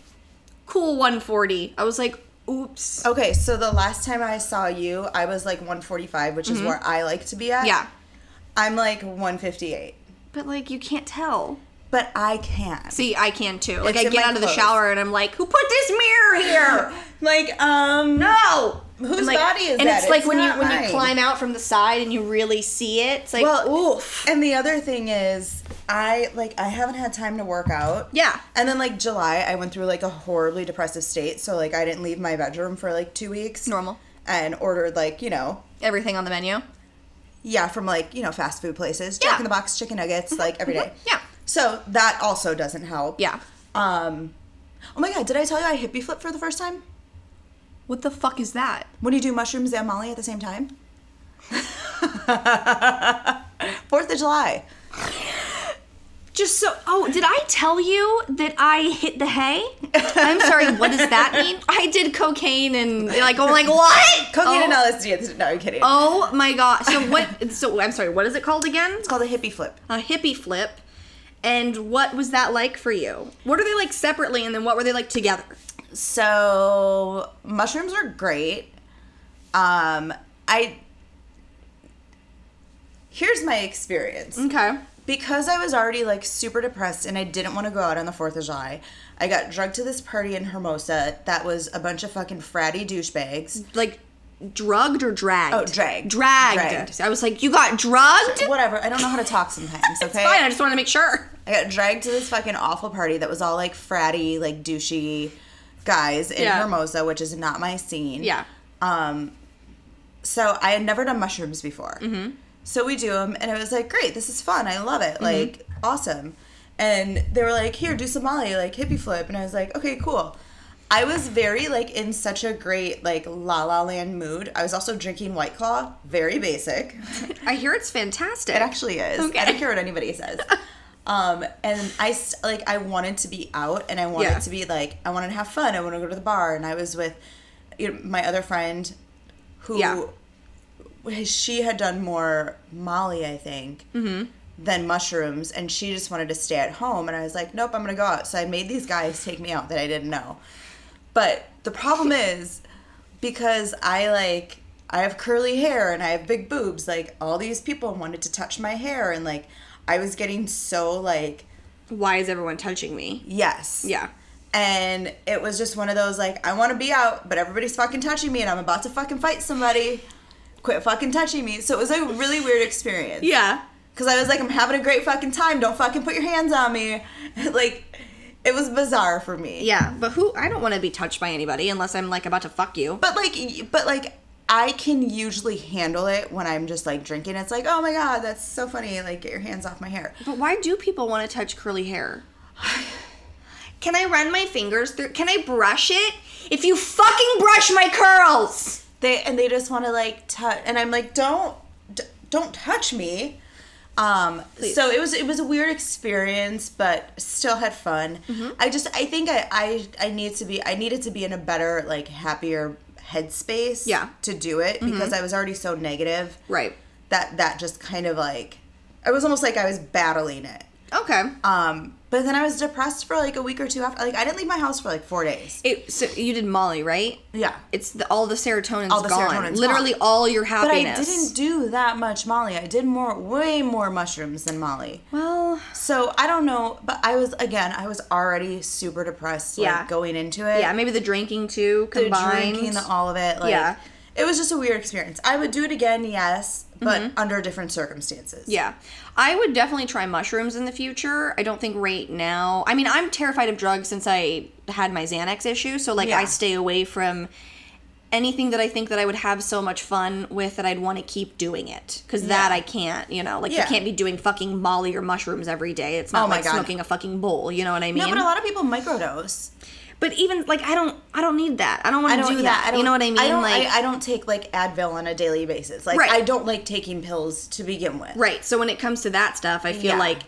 Speaker 1: cool 140. I was like, oops.
Speaker 2: Okay, so the last time I saw you, I was like 145, which is where I like to be at.
Speaker 1: Yeah.
Speaker 2: I'm like 158.
Speaker 1: But like you can't tell.
Speaker 2: But I can.
Speaker 1: See, I can too. Like
Speaker 2: It's
Speaker 1: I
Speaker 2: in
Speaker 1: get
Speaker 2: my
Speaker 1: out of the
Speaker 2: clothes.
Speaker 1: shower and I'm like, who put this mirror here?
Speaker 2: Like, um
Speaker 1: No.
Speaker 2: Whose
Speaker 1: And, like,
Speaker 2: body is
Speaker 1: And
Speaker 2: that?
Speaker 1: it's like
Speaker 2: It's
Speaker 1: when you
Speaker 2: not
Speaker 1: when
Speaker 2: mine.
Speaker 1: you climb out from the side and you really see it. It's like,
Speaker 2: Well,
Speaker 1: oof.
Speaker 2: and the other thing is I like I haven't had time to work out.
Speaker 1: Yeah.
Speaker 2: And then like July, I went through like a horribly depressive state, so like I didn't leave my bedroom for like 2 weeks.
Speaker 1: Normal.
Speaker 2: And ordered like, you know,
Speaker 1: Everything on the menu.
Speaker 2: Yeah, from like, you know, fast food places, Jack
Speaker 1: Yeah. Mm-hmm.
Speaker 2: in the Box, chicken nuggets, like every day.
Speaker 1: Yeah.
Speaker 2: So that also doesn't help.
Speaker 1: Yeah.
Speaker 2: Um Oh my god, did I tell you I hippie flip for the first time?
Speaker 1: What the fuck is that?
Speaker 2: When you do mushrooms and Molly at the same time? Fourth of July.
Speaker 1: Just so. Oh, did I tell you that I hit the hay? I'm sorry. What does that mean? I did cocaine and like I'm like what?
Speaker 2: Cocaine
Speaker 1: oh,
Speaker 2: and LSD at the No, I'm kidding.
Speaker 1: Oh my god. So what? So I'm sorry. What is it called again?
Speaker 2: It's called a hippie flip.
Speaker 1: A hippie flip. And what was that like for you? What are they like separately, and then what were they like together?
Speaker 2: So mushrooms are great. Um I Here's my experience.
Speaker 1: Okay.
Speaker 2: because I was already like super depressed and I didn't want to go out on the 4th of July, I got drugged to this party in Hermosa that was a bunch of fucking fratty douchebags.
Speaker 1: Like drugged or dragged?
Speaker 2: Oh, dragged.
Speaker 1: Dragged.
Speaker 2: Dragged.
Speaker 1: I was like, you got drugged?
Speaker 2: Whatever, I don't know how to talk sometimes, okay?
Speaker 1: Fine. I just wanted to make sure.
Speaker 2: I got dragged to this fucking awful party that was all like fratty, like douchey guys in
Speaker 1: Yeah.
Speaker 2: Hermosa, which is not my scene.
Speaker 1: Yeah.
Speaker 2: Um, so I had never done mushrooms before.
Speaker 1: Mm-hmm.
Speaker 2: So we do them, and it was like, great, this is fun. I love it. Like, awesome. And they were like, here, do some Molly, like hippie flip. And I was like, okay, cool. I was very like in such a great like la la land mood. I was also drinking White Claw, very basic.
Speaker 1: I hear it's fantastic.
Speaker 2: It actually is.
Speaker 1: Okay.
Speaker 2: I don't care what anybody says. um, and I st- like I wanted to be out, and I wanted
Speaker 1: Yeah.
Speaker 2: to be like I wanted to have fun. I wanted to go to the bar, and I was with you know, my other friend, who
Speaker 1: Yeah.
Speaker 2: she had done more Molly, I think.
Speaker 1: Mm-hmm.
Speaker 2: Than mushrooms, and she just wanted to stay at home. And I was like, nope, I'm gonna go out. So I made these guys take me out that I didn't know. But the problem is, because I like I have curly hair and I have big boobs. Like all these people wanted to touch my hair and like I was getting so like
Speaker 1: Why is everyone touching me?
Speaker 2: yes.
Speaker 1: Yeah.
Speaker 2: And it was just one of those like I want to be out, but everybody's fucking touching me and I'm about to fucking fight somebody. Quit fucking touching me. So it was a really weird experience.
Speaker 1: Yeah.
Speaker 2: Cuz I was like I'm having a great fucking time. Don't fucking put your hands on me. like it was bizarre for me.
Speaker 1: Yeah. But who? I don't want to be touched by anybody unless I'm like about to fuck you.
Speaker 2: But like, y- but like, I can usually handle it when I'm just like drinking. It's like, oh my god, that's so funny. Like, get your hands off my hair.
Speaker 1: But why do people want to touch curly hair? Can I run my fingers through? Can I brush it? If you fucking brush my curls!
Speaker 2: They and they just want to like touch, and I'm like, don't, d- don't touch me. Um,
Speaker 1: Please.
Speaker 2: so it was it was a weird experience, but still had fun.
Speaker 1: Mm-hmm.
Speaker 2: I just I think I I I need to be I needed to be in a better like happier headspace
Speaker 1: Yeah. Mm-hmm.
Speaker 2: to do it because I was already so negative
Speaker 1: Right.
Speaker 2: that that just kind of like it was almost like I was battling it.
Speaker 1: Okay.
Speaker 2: Um, but then I was depressed for like a week or two after. Like I didn't leave my house for like four days.
Speaker 1: It, so you did Molly, right?
Speaker 2: Yeah,
Speaker 1: It's the, all the serotonin's
Speaker 2: All the
Speaker 1: gone.
Speaker 2: serotonin's
Speaker 1: Literally
Speaker 2: gone.
Speaker 1: all your
Speaker 2: but I
Speaker 1: happiness.
Speaker 2: didn't do that much Molly. I did more, way more mushrooms than Molly.
Speaker 1: Well,
Speaker 2: So I don't know, but I was again, I was already super depressed. Like,
Speaker 1: Yeah.
Speaker 2: going into it.
Speaker 1: yeah, maybe the drinking too
Speaker 2: the
Speaker 1: combined.
Speaker 2: drinking, the all of it. Like,
Speaker 1: Yeah.
Speaker 2: it was just a weird experience. I would do it again, yes, but under different circumstances.
Speaker 1: Mm-hmm. Yeah. I would definitely try mushrooms in the future. I don't think right now. I mean, I'm terrified of drugs since I had my Xanax issue, so like
Speaker 2: Yeah.
Speaker 1: I stay away from anything that I think that I would have so much fun with that I'd want to keep doing it cuz that
Speaker 2: Yeah.
Speaker 1: I can't, you know. Like
Speaker 2: Yeah.
Speaker 1: you can't be doing fucking molly or mushrooms every day. It's not
Speaker 2: Oh my
Speaker 1: like
Speaker 2: God.
Speaker 1: smoking a fucking bowl, you know what I mean?
Speaker 2: No, but a lot of people microdose.
Speaker 1: But even like I don't I don't need that. I don't want
Speaker 2: I
Speaker 1: to
Speaker 2: don't
Speaker 1: do
Speaker 2: yeah,
Speaker 1: that.
Speaker 2: I don't,
Speaker 1: you know what I mean?
Speaker 2: I don't,
Speaker 1: like
Speaker 2: I, I don't take like Advil on a daily basis. Like
Speaker 1: Right.
Speaker 2: I don't like taking pills to begin with.
Speaker 1: Right. So when it comes to that stuff, I feel
Speaker 2: Yeah.
Speaker 1: like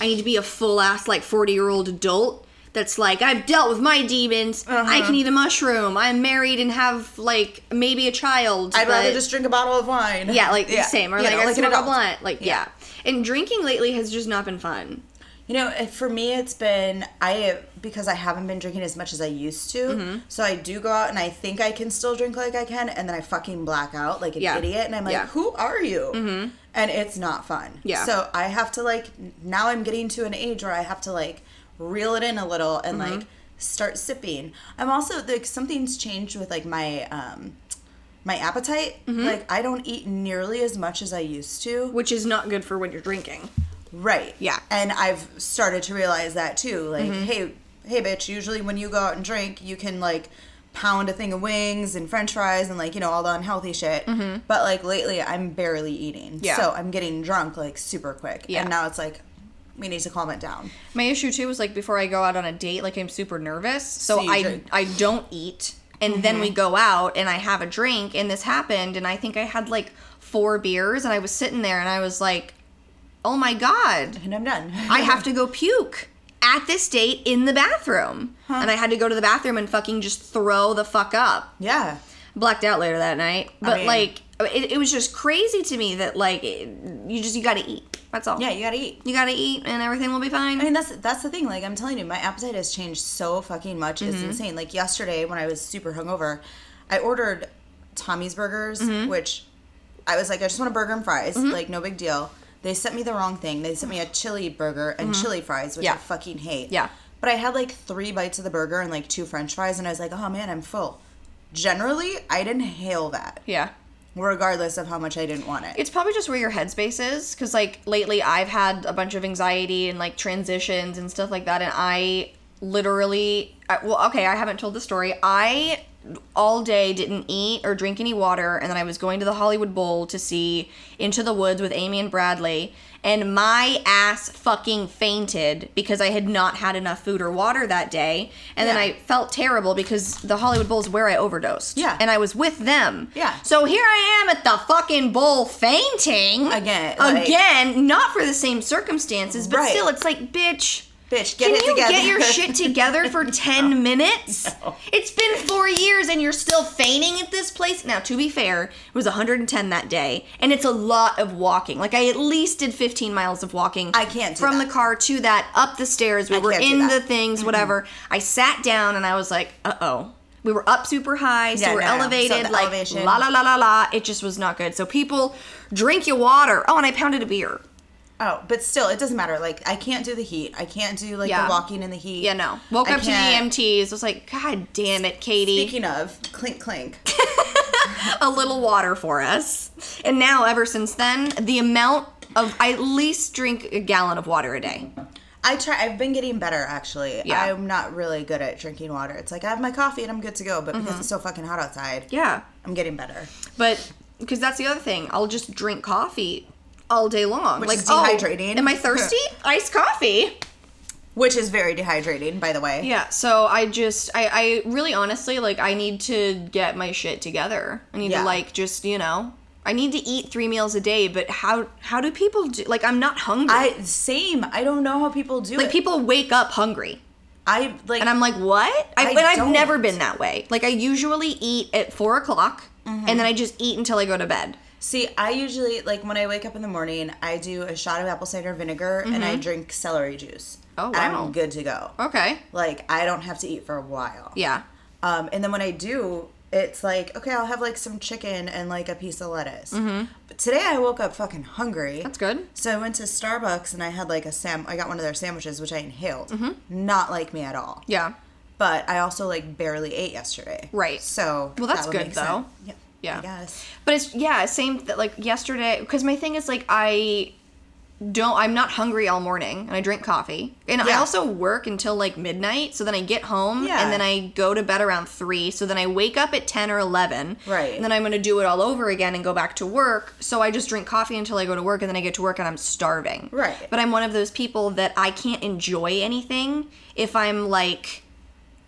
Speaker 1: I need to be a full ass like 40 year old adult that's like I've dealt with my demons. I
Speaker 2: Uh-huh.
Speaker 1: can eat a mushroom. I'm married and have like maybe a child.
Speaker 2: I'd rather
Speaker 1: but-
Speaker 2: just drink a bottle of wine.
Speaker 1: yeah, like same or
Speaker 2: You
Speaker 1: like,
Speaker 2: know,
Speaker 1: I
Speaker 2: an
Speaker 1: smoke a
Speaker 2: adult.
Speaker 1: blunt. Like yeah. And drinking lately has just not been fun.
Speaker 2: You know, if- for me, it's been I because I haven't been drinking as much as I used to.
Speaker 1: Mm-hmm.
Speaker 2: So I do go out and I think I can still drink like I can, and then I fucking black out like an
Speaker 1: Yeah.
Speaker 2: idiot, and I'm like,
Speaker 1: Yeah. Mm-hmm.
Speaker 2: "Who are you?" And it's not fun.
Speaker 1: Yeah.
Speaker 2: So I have to like now I'm getting to an age where I have to like reel it in a little and
Speaker 1: Mm-hmm.
Speaker 2: like start sipping. I'm also like something's changed with like my um my appetite.
Speaker 1: Mm-hmm.
Speaker 2: Like I don't eat nearly as much as I used to.
Speaker 1: Which is not good for when you're drinking.
Speaker 2: Right.
Speaker 1: Yeah. Mm-hmm.
Speaker 2: And I've started to realize that too. Like, hey, hey, bitch. Usually, when you go out and drink, you can like pound a thing of wings and French fries and like you know all the unhealthy shit. But like lately, I'm barely eating.
Speaker 1: Mm-hmm. Yeah.
Speaker 2: So I'm getting drunk like super quick.
Speaker 1: Yeah.
Speaker 2: And now it's like we need to calm it down.
Speaker 1: My issue too is like before I go out on a date, like I'm super nervous, so
Speaker 2: So you
Speaker 1: I
Speaker 2: drink.
Speaker 1: I don't eat, and then
Speaker 2: Mm-hmm.
Speaker 1: we go out and I have a drink, and this happened, and I think I had like four beers, and I was sitting there, and I was like, oh my god,
Speaker 2: And I'm done.
Speaker 1: I have to go puke at this date in the bathroom, and I had to go to the bathroom and fucking just throw the fuck up
Speaker 2: yeah.
Speaker 1: blacked out later that night. But
Speaker 2: mean-
Speaker 1: like, it, it was just crazy to me that like it, you just you got to eat. That's all.
Speaker 2: Yeah. You gotta eat.
Speaker 1: You got to eat, and everything will be fine.
Speaker 2: I mean that's that's the thing. Like I'm telling you, my appetite has changed so fucking much. It's
Speaker 1: Mm-hmm.
Speaker 2: insane. Like yesterday when I was super hungover, I ordered Tommy's Burgers,
Speaker 1: Mm-hmm.
Speaker 2: which I was like, I just want a burger and fries. Like no big deal. They sent me the wrong thing. They sent me a chili burger and chili fries, which
Speaker 1: Mm-hmm. Yeah.
Speaker 2: I fucking hate.
Speaker 1: Yeah.
Speaker 2: But I had like three bites of the burger and like two French fries, and I was like, oh man, I'm full. Generally, I'd inhale that,
Speaker 1: yeah.
Speaker 2: regardless of how much I didn't want it.
Speaker 1: It's probably just where your headspace is, because like lately I've had a bunch of anxiety and like transitions and stuff like that, and I literally, I, well, okay, I haven't told the story. I all day didn't eat or drink any water, and then I was going to the Hollywood Bowl to see Into the Woods with Amy and Bradley, and my ass fucking fainted because I had not had enough food or water that day, and then
Speaker 2: Yeah.
Speaker 1: I felt terrible because the Hollywood Bowl is where I overdosed.
Speaker 2: Yeah.
Speaker 1: and I was with them.
Speaker 2: Yeah.
Speaker 1: So here I am at the fucking bowl fainting.
Speaker 2: Again, like-
Speaker 1: again, not for the same circumstances, but
Speaker 2: Right.
Speaker 1: still it's like, bitch.
Speaker 2: Bitch, get
Speaker 1: Can
Speaker 2: it
Speaker 1: you
Speaker 2: together.
Speaker 1: get your shit together for 10 minutes? It's been four years and you're still fainting at this place. Now, to be fair, it was 110 that day, and it's a lot of walking. Like, I at least did 15 miles of walking.
Speaker 2: I can't do
Speaker 1: From
Speaker 2: that.
Speaker 1: the car to that, up the stairs. We
Speaker 2: I
Speaker 1: were
Speaker 2: can't do
Speaker 1: in
Speaker 2: that.
Speaker 1: the things, whatever. I sat down and I was like, uh oh. we were up super high, so
Speaker 2: Yeah,
Speaker 1: we're
Speaker 2: no, no. So
Speaker 1: elevated,
Speaker 2: the
Speaker 1: like
Speaker 2: elevation-
Speaker 1: la la la la la. It just was not good. So people drink your water. Oh, and I pounded a beer.
Speaker 2: Oh, but still, it doesn't matter. Like, I can't do the heat. I can't do like
Speaker 1: Yeah.
Speaker 2: the walking in the heat.
Speaker 1: Yeah, no. Woke
Speaker 2: I
Speaker 1: up
Speaker 2: can't-
Speaker 1: to the E EMTs. Was like, God damn it, Katie.
Speaker 2: Speaking of, clink clink.
Speaker 1: a little water for us. And now, ever since then, the amount of I at least drink a gallon of water a day.
Speaker 2: I try. I've been getting better actually.
Speaker 1: Yeah.
Speaker 2: I'm not really good at drinking water. It's like I have my coffee and I'm good to go, but because it's so fucking hot outside,
Speaker 1: Mm-hmm. Yeah,
Speaker 2: I'm getting better.
Speaker 1: but because that's the other thing, I'll just drink coffee all day long.
Speaker 2: Which
Speaker 1: like
Speaker 2: is
Speaker 1: oh,
Speaker 2: dehydrating.
Speaker 1: am I thirsty? Iced coffee.
Speaker 2: Which is very dehydrating, by the way.
Speaker 1: Yeah. So I just I I really honestly like I need to get my shit together. I need
Speaker 2: Yeah.
Speaker 1: to like just you know. I need to eat three meals a day, but how how do people do? Like, I'm not hungry.
Speaker 2: I same. I don't know how people do
Speaker 1: like,
Speaker 2: it.
Speaker 1: people wake up hungry.
Speaker 2: I like.
Speaker 1: And I'm like, what? I,
Speaker 2: I
Speaker 1: and I've
Speaker 2: don't.
Speaker 1: never been that way. Like, I usually eat at four o'clock and then I just eat until I go to bed.
Speaker 2: see, I usually like when I wake up in the morning, I do a shot of apple cider vinegar and I drink celery juice.
Speaker 1: Mm-hmm. Oh,
Speaker 2: And
Speaker 1: wow.
Speaker 2: I'm good to go.
Speaker 1: Okay.
Speaker 2: Like I don't have to eat for a while.
Speaker 1: Yeah.
Speaker 2: Um, and then when I do, it's like, okay, I'll have like some chicken and like a piece of lettuce. But today I woke up fucking hungry.
Speaker 1: Mm-hmm. That's good.
Speaker 2: So I went to Starbucks and I had like a sam. I got one of their sandwiches, which I inhaled.
Speaker 1: Mm-hmm.
Speaker 2: Not like me at all.
Speaker 1: Yeah.
Speaker 2: But I also like barely ate yesterday.
Speaker 1: Right.
Speaker 2: So
Speaker 1: Well, that's
Speaker 2: would
Speaker 1: good,
Speaker 2: make
Speaker 1: though.
Speaker 2: sense. Yeah.
Speaker 1: Yeah.
Speaker 2: I guess.
Speaker 1: But it's, yeah, same, th- like yesterday, because my thing is, like, I don't, I'm not hungry all morning and I drink coffee. And I
Speaker 2: Yeah.
Speaker 1: also work until like midnight. So then I get home
Speaker 2: Yeah.
Speaker 1: and then I go to bed around three. So then I wake up at 10 or 11.
Speaker 2: Right.
Speaker 1: And then I'm going to do it all over again and go back to work. So I just drink coffee until I go to work and then I get to work and I'm starving.
Speaker 2: Right.
Speaker 1: But I'm one of those people that I can't enjoy anything if I'm like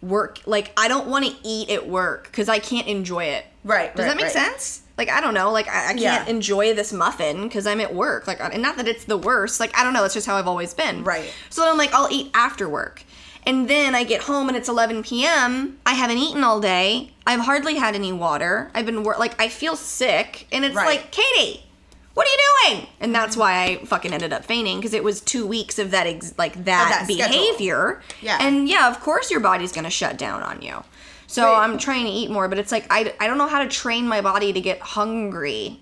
Speaker 1: work like I don't want to eat at work cuz I can't enjoy it.
Speaker 2: Right,
Speaker 1: Does
Speaker 2: right,
Speaker 1: that make
Speaker 2: right.
Speaker 1: sense? Like I don't know, like I, I can't
Speaker 2: Yeah.
Speaker 1: enjoy this muffin cuz I'm at work. Like and not that it's the worst, like I don't know, that's just how I've always been.
Speaker 2: Right.
Speaker 1: So then I'm like I'll eat after work. And then I get home and it's 11 p.m. I haven't eaten all day. I've hardly had any water. I've been wor- like I feel sick and it's
Speaker 2: Right.
Speaker 1: like Katie, what are you doing? And that's why I fucking ended up fainting because it was two weeks of that ex- like that,
Speaker 2: that schedule.
Speaker 1: behavior.
Speaker 2: Yeah.
Speaker 1: And yeah, of course your body's gonna shut down on you. So
Speaker 2: Right.
Speaker 1: I'm trying to eat more, but it's like I, I don't know how to train my body to get hungry.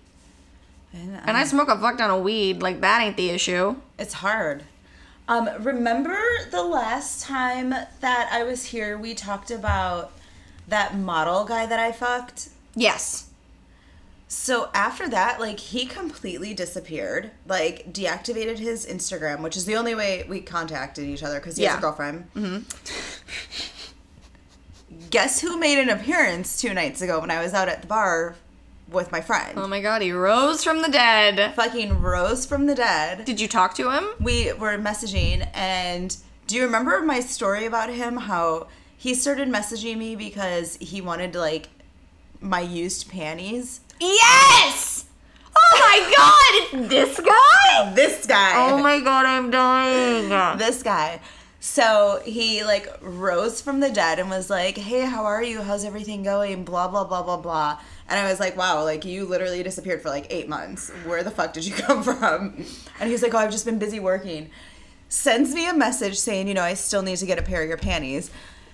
Speaker 2: And,
Speaker 1: And I smoke a fuck ton of weed. Like that ain't the issue.
Speaker 2: It's hard. Um, remember the last time that I was here, we talked about that model guy that I fucked?
Speaker 1: Yes.
Speaker 2: So after that, like he completely disappeared, like deactivated his Instagram, which is the only way we contacted each other because he has
Speaker 1: Yeah. Mm-hmm.
Speaker 2: a girlfriend. Guess who made an appearance two nights ago when I was out at the bar with my friend?
Speaker 1: Oh my god, he rose from the dead.
Speaker 2: Fucking rose from the dead.
Speaker 1: Did you talk to him?
Speaker 2: We were messaging, and do you remember my story about him? How he started messaging me because he wanted like my used panties.
Speaker 1: Yes. Oh my god, it's this guy.
Speaker 2: This guy.
Speaker 1: Oh my god, I'm dying.
Speaker 2: this guy. So he like rose from the dead and was like, "Hey, how are you? How's everything going?" Blah blah blah blah blah. And I was like, "Wow, like you literally disappeared for like eight months. Where the fuck did you come from?" And he's like, "Oh, I've just been busy working." Sends me a message saying, "You know, I still need to get a pair of your panties."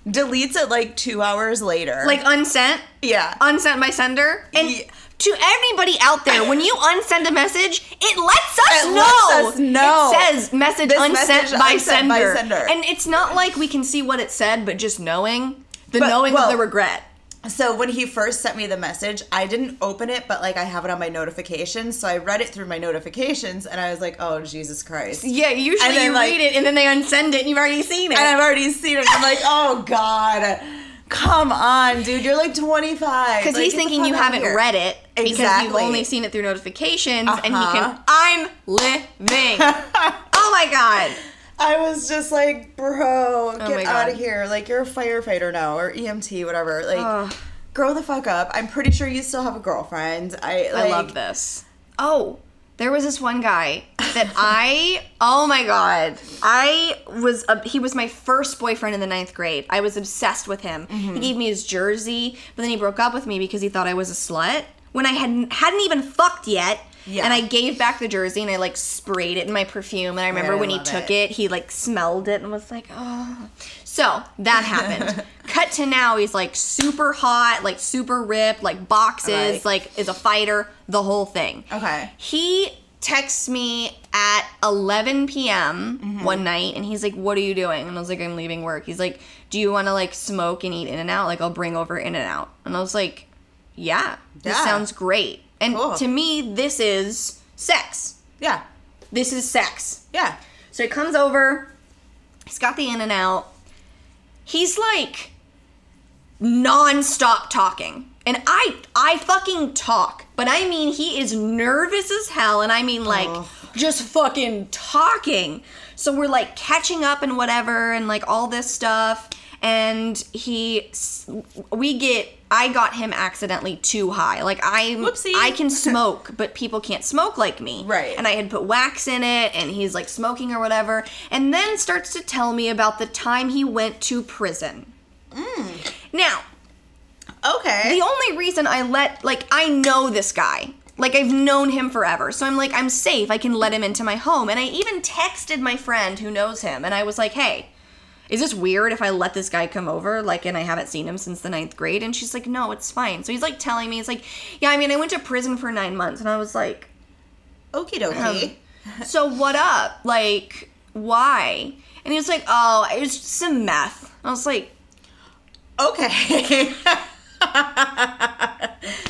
Speaker 2: Deletes it like two hours later.
Speaker 1: Like unsent.
Speaker 2: yeah,
Speaker 1: unsent my sender. And
Speaker 2: Ye-
Speaker 1: to anybody out there, when you unsend a message, it lets us
Speaker 2: It
Speaker 1: know.
Speaker 2: lets us know.
Speaker 1: It says message
Speaker 2: This
Speaker 1: unsent,
Speaker 2: message
Speaker 1: by,
Speaker 2: unsent by
Speaker 1: sender.
Speaker 2: sender.
Speaker 1: And it's not like we can see what it said, but just knowing the
Speaker 2: But-
Speaker 1: knowing
Speaker 2: well-
Speaker 1: of the regret.
Speaker 2: So when he first sent me the message, I didn't open it, but like I have it on my notifications. So I read it through my notifications, and I was like, "Oh Jesus Christ!"
Speaker 1: Yeah, usually
Speaker 2: And then,
Speaker 1: you
Speaker 2: like-
Speaker 1: read it and then they unsend it and you've already seen it.
Speaker 2: And I've already seen it. I'm like, "Oh God, come on, dude! You're like 25."
Speaker 1: because
Speaker 2: Like,
Speaker 1: he's
Speaker 2: get the
Speaker 1: thinking
Speaker 2: fuck
Speaker 1: you
Speaker 2: out of
Speaker 1: haven't
Speaker 2: here.
Speaker 1: read it because you've
Speaker 2: Exactly.
Speaker 1: only seen it through notifications, and he
Speaker 2: Uh-huh.
Speaker 1: can. I'm living. oh my god!
Speaker 2: I was just like, "Bro,
Speaker 1: Oh my
Speaker 2: get
Speaker 1: God.
Speaker 2: out of here! Like you're a firefighter now, or EMT, whatever. Like,
Speaker 1: Ugh.
Speaker 2: grow the fuck up." I'm pretty sure you still have a girlfriend. I like,
Speaker 1: I love this. Oh, there was this one guy that I. Oh my god, I was. ob- he was my first boyfriend in the ninth grade. I was obsessed with him.
Speaker 2: Mm-hmm.
Speaker 1: He gave me his jersey, but then he broke up with me because he thought I was a slut when I hadn't hadn't even fucked yet.
Speaker 2: Yeah.
Speaker 1: And I gave back the jersey and I like sprayed it in my perfume. And I remember
Speaker 2: Right, I
Speaker 1: when he
Speaker 2: love
Speaker 1: took it,
Speaker 2: it.
Speaker 1: he like smelled it and was like, oh. So that happened. Cut to now, he's like super hot, like super ripped, like boxes,
Speaker 2: Right.
Speaker 1: like is a fighter, the whole thing.
Speaker 2: Okay.
Speaker 1: He texts me at 11 p.m.
Speaker 2: Mm-hmm.
Speaker 1: one night and he's like, What are you doing? And I was like, I'm leaving work. He's like, Do you want to like smoke and eat In N Out? Like, I'll bring over In N Out. And I was like, Yeah, this
Speaker 2: Yeah.
Speaker 1: sounds great. And
Speaker 2: Cool.
Speaker 1: to me, this is sex.
Speaker 2: Yeah.
Speaker 1: This is sex.
Speaker 2: Yeah.
Speaker 1: So he comes over, he's got the In and Out. He's like non-stop talking. And I I fucking talk, but I mean he is nervous as hell and I mean like
Speaker 2: Ugh.
Speaker 1: just fucking talking. So we're like catching up and whatever and like all this stuff and he s- we get I got him accidentally too high. Like I
Speaker 2: Whoopsie.
Speaker 1: I can smoke, but people can't smoke like me.
Speaker 2: Right.
Speaker 1: And I had put wax in it and he's like smoking or whatever. And then starts to tell me about the time he went to prison. Now,
Speaker 2: Okay.
Speaker 1: the only reason I let, like, I know this guy. Like, I've known him forever. So I'm like, I'm safe. I can let him into my home. And I even texted my friend who knows him and I was like, hey, is this weird if I let this guy come over? Like, and I haven't seen him since the ninth grade? And she's like, no, it's fine. So he's like telling me, he's like, yeah, I mean, I went to prison for nine months. And I was like,
Speaker 2: Okie
Speaker 1: Um.
Speaker 2: dokie.
Speaker 1: so what up? Like, why? And he was like, oh, it was just some meth. I was like,
Speaker 2: okay.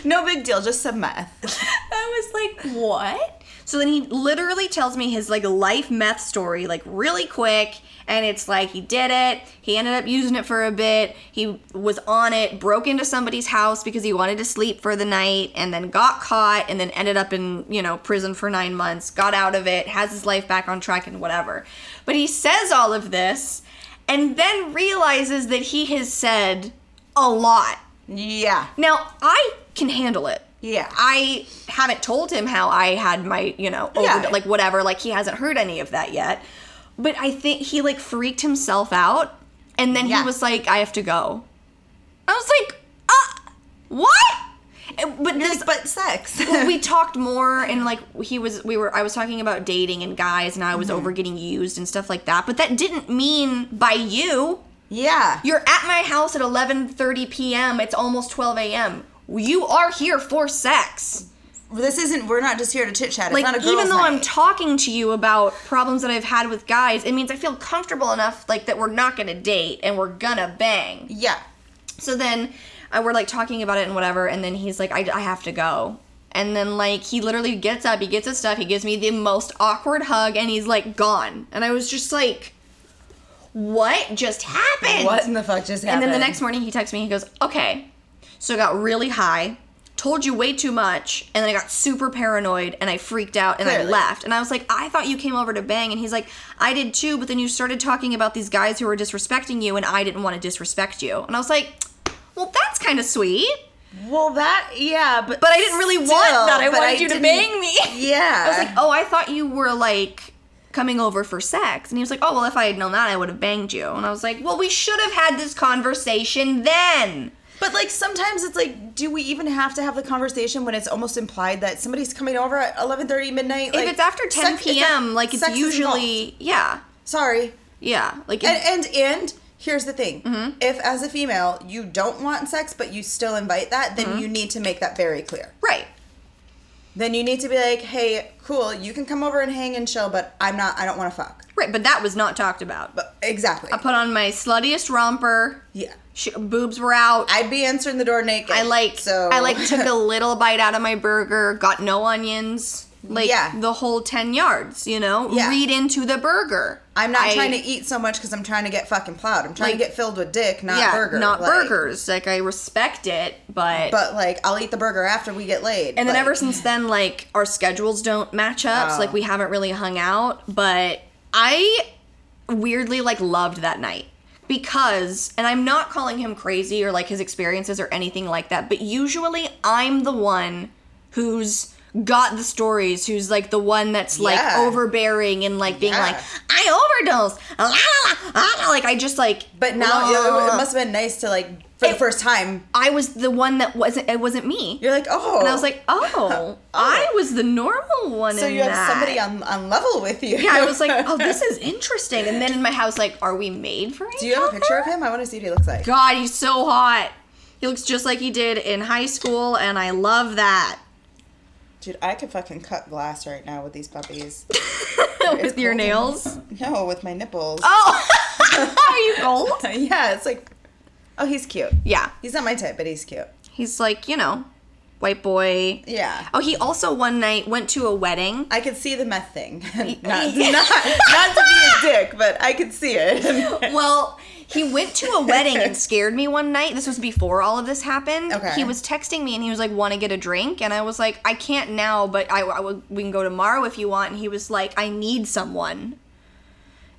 Speaker 2: no big deal. Just some meth.
Speaker 1: I was like, what? So then he literally tells me his like life meth story, like really quick. And it's like he did it. He ended up using it for a bit. He was on it, broke into somebody's house because he wanted to sleep for the night, and then got caught, and then ended up in, you know, prison for nine months, got out of it, has his life back on track, and whatever. But he says all of this and then realizes that he has said a lot.
Speaker 2: Yeah.
Speaker 1: Now, I can handle it.
Speaker 2: Yeah.
Speaker 1: I haven't told him how I had my, you know, over,
Speaker 2: Yeah.
Speaker 1: like whatever, like he hasn't heard any of that yet. But I think he like freaked himself out and then
Speaker 2: Yeah.
Speaker 1: he was like, I have to go. I was like, uh, what? And- But this,
Speaker 2: but sex.
Speaker 1: well, we talked more and like he was we were I was talking about dating and guys and I
Speaker 2: Mm-hmm.
Speaker 1: was over getting used and stuff like that. But that didn't mean by you.
Speaker 2: yeah.
Speaker 1: You're at my house at 11:30 p.m. It's almost 12 a.m. You are here for sex
Speaker 2: This isn't. We're not just here to chit chat. It's
Speaker 1: like
Speaker 2: not a girls'
Speaker 1: even though I'm
Speaker 2: night.
Speaker 1: talking to you about problems that I've had with guys, it means I feel comfortable enough like that we're not gonna date and we're gonna bang.
Speaker 2: yeah.
Speaker 1: So then uh, we're like talking about it and whatever, and then he's like, I, I have to go. And then like he literally gets up, he gets his stuff, he gives me the most awkward hug, and he's like gone. And I was just like, what just happened?
Speaker 2: What in the fuck just
Speaker 1: And
Speaker 2: happened?
Speaker 1: then the next morning he texts me, he goes, Okay. So I got really high, told you way too much, and then I got super paranoid and I freaked out and I
Speaker 2: Clearly.
Speaker 1: left. And I was like, I thought you came over to bang. And he's like, I did too, but then you started talking about these guys who were disrespecting you and I didn't want to disrespect you. And I was like, Well, that's kind of sweet.
Speaker 2: Well, that yeah, but
Speaker 1: But I didn't really
Speaker 2: Still,
Speaker 1: want that. I
Speaker 2: but
Speaker 1: wanted
Speaker 2: I
Speaker 1: you to
Speaker 2: didn't-
Speaker 1: bang me.
Speaker 2: yeah.
Speaker 1: I was like, Oh, I thought you were like coming over for sex. And he was like, Oh, well, if I had known that, I would have banged you. And I was like, Well, we should have had this conversation then.
Speaker 2: But like sometimes it's like, do we even have to have the conversation when it's almost implied that somebody's coming over at eleven thirty midnight?
Speaker 1: if it's after 10 p.m., like it's usually yeah,
Speaker 2: sorry.
Speaker 1: yeah, like it-
Speaker 2: And and and here's the thing: Mm-hmm. if as a female you don't want sex but you still invite that, then you need to make that very clear.
Speaker 1: right,
Speaker 2: Then you need to be like, hey, cool, you can come over and hang and chill, but I'm not. I don't want to fuck.
Speaker 1: right. But that was not talked about.
Speaker 2: But exactly.
Speaker 1: I put on my sluttiest romper.
Speaker 2: yeah.
Speaker 1: Sh- boobs were out. I,
Speaker 2: I'd be answering the door naked.
Speaker 1: like
Speaker 2: so
Speaker 1: I like took a little bite out of my burger. Got no onions. Like
Speaker 2: Yeah.
Speaker 1: the whole ten yards. You know,
Speaker 2: Yeah.
Speaker 1: read into the burger.
Speaker 2: I'm not
Speaker 1: I-
Speaker 2: trying to eat so much because I'm trying to get fucking plowed. I'm trying
Speaker 1: Like-
Speaker 2: to get filled with dick, not
Speaker 1: yeah,
Speaker 2: burger.
Speaker 1: not
Speaker 2: like-
Speaker 1: burgers. Like I respect it, but.
Speaker 2: But like, I'll eat the burger after we get laid.
Speaker 1: and then
Speaker 2: like-
Speaker 1: ever since then, like our schedules don't match up, so
Speaker 2: Oh.
Speaker 1: like we haven't really hung out. But I weirdly like loved that night because, and I'm not calling him crazy or like his experiences or anything like that. But usually, I'm the one who's got the stories, who's like the one that's like
Speaker 2: Yeah.
Speaker 1: overbearing and like being
Speaker 2: Yeah.
Speaker 1: like, I overdosed, la, la, la, la," like I just like.
Speaker 2: But now you know, it
Speaker 1: la.
Speaker 2: must have been nice to like for the
Speaker 1: It-
Speaker 2: first time.
Speaker 1: I was the one that wasn't. It wasn't me.
Speaker 2: You're like, oh,
Speaker 1: And I was like, oh, I was the normal one.
Speaker 2: So
Speaker 1: in
Speaker 2: you have
Speaker 1: that.
Speaker 2: somebody on, on level with you.
Speaker 1: Yeah, I was like, oh, this is interesting. And then in my house, like, are we made for each
Speaker 2: Do you have a
Speaker 1: other?
Speaker 2: picture of him? I want to see what he looks like.
Speaker 1: God, he's so hot. He looks just like he did in high school, and I love that.
Speaker 2: Dude, I could fucking cut glass right now with these puppies.
Speaker 1: With your nails.
Speaker 2: No, with my nipples.
Speaker 1: Oh, are you cold?
Speaker 2: yeah, it's like, oh, he's cute.
Speaker 1: Yeah,
Speaker 2: He's not my type, but he's cute.
Speaker 1: he's like you know, white boy.
Speaker 2: Yeah.
Speaker 1: Oh, he also one night went to a wedding.
Speaker 2: I could see the meth thing. not, not, not to be a dick, but I could see it.
Speaker 1: Well, he went to a wedding and scared me one night. This was before all of this happened.
Speaker 2: Okay.
Speaker 1: He was texting me and he was like, "Want to get a drink?" And I was like, "I can't now, but I, I would- we can go tomorrow if you want." And he was like, "I need someone."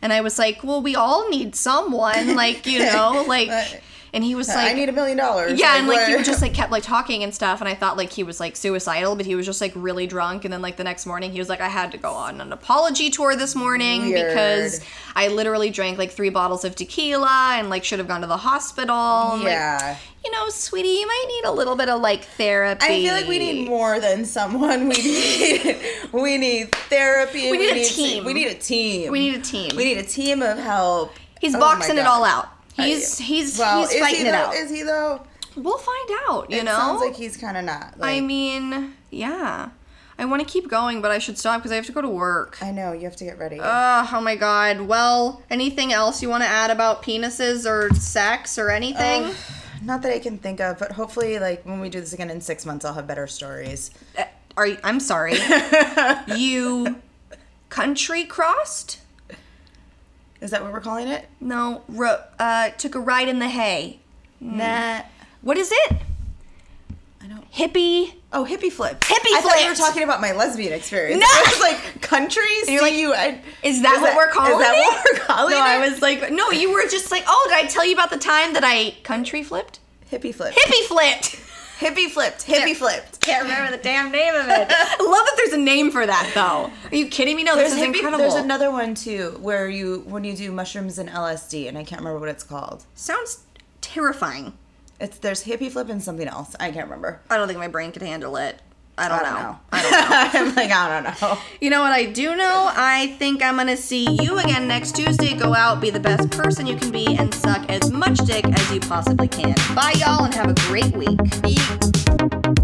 Speaker 1: And I was like, "Well, we all need someone, like you know, like."
Speaker 2: Right.
Speaker 1: And he was like,
Speaker 2: I need a million dollars.
Speaker 1: Yeah, and like he
Speaker 2: what?
Speaker 1: would just like kept like talking and stuff, and I thought like he was like suicidal, but he was just like really drunk. And then like the next morning, he was like, I had to go on an apology tour this morning
Speaker 2: Weird.
Speaker 1: because I literally drank like three bottles of tequila and like should have gone to the hospital. I'm like,
Speaker 2: Yeah.
Speaker 1: you know, sweetie, you might need a little bit of like therapy.
Speaker 2: I feel like we need more than someone. We need we need therapy.
Speaker 1: We need a
Speaker 2: se-
Speaker 1: team.
Speaker 2: We need a team.
Speaker 1: we need a team.
Speaker 2: we need a team of help.
Speaker 1: he's
Speaker 2: Oh my
Speaker 1: boxing it
Speaker 2: God.
Speaker 1: all out.
Speaker 2: I-
Speaker 1: He's he's
Speaker 2: Well,
Speaker 1: he's
Speaker 2: is
Speaker 1: fighting
Speaker 2: he
Speaker 1: it
Speaker 2: though?
Speaker 1: out.
Speaker 2: Is he though?
Speaker 1: we'll find out. You
Speaker 2: it
Speaker 1: know,
Speaker 2: sounds like he's kind of not. Like,
Speaker 1: I mean, yeah. I want to keep going, but I should stop because I have to go to work.
Speaker 2: I know you have to get ready.
Speaker 1: Ugh, oh my god. Well, anything else you want to add about penises or sex or anything?
Speaker 2: not that I can think of, but hopefully, like when we do this again in six months, I'll have better stories.
Speaker 1: Uh, Are you, I'm sorry. you country crossed?
Speaker 2: Is that what we're calling it?
Speaker 1: No, ro- uh, took a ride in the hay.
Speaker 2: Nah.
Speaker 1: What is it?
Speaker 2: Hmm. I don't.
Speaker 1: Hippie.
Speaker 2: Oh, hippie flip.
Speaker 1: Hippie
Speaker 2: I thought you were
Speaker 1: flipped.
Speaker 2: talking about my lesbian experience.
Speaker 1: No.
Speaker 2: I was like country.
Speaker 1: you're like,
Speaker 2: C-U-N.
Speaker 1: Is that what we're calling
Speaker 2: Is that
Speaker 1: it?
Speaker 2: what we're calling
Speaker 1: no,
Speaker 2: it?
Speaker 1: I was like, no, you were just like, oh, did I tell you about the time that I country flipped?
Speaker 2: hippie flip.
Speaker 1: Hippie flipped.
Speaker 2: Hippie flipped. Hippie flipped.
Speaker 1: Can't remember the damn name of it. I love that there's a name for that, though. Are you kidding me? No, this is
Speaker 2: hippie-
Speaker 1: incredible.
Speaker 2: There's another one too, where you when you do mushrooms and LSD, and I can't remember what it's called.
Speaker 1: Sounds terrifying.
Speaker 2: It's there's hippie flip and something else. I can't remember.
Speaker 1: I don't think my brain could handle it. I
Speaker 2: I
Speaker 1: don't,
Speaker 2: don't
Speaker 1: know.
Speaker 2: know.
Speaker 1: I don't know.
Speaker 2: I'm like I don't know.
Speaker 1: you know what I do know? I think I'm gonna see you again next Tuesday. Go out, be the best person you can be, and suck as much dick as you possibly can. Bye, y'all, and have a great week.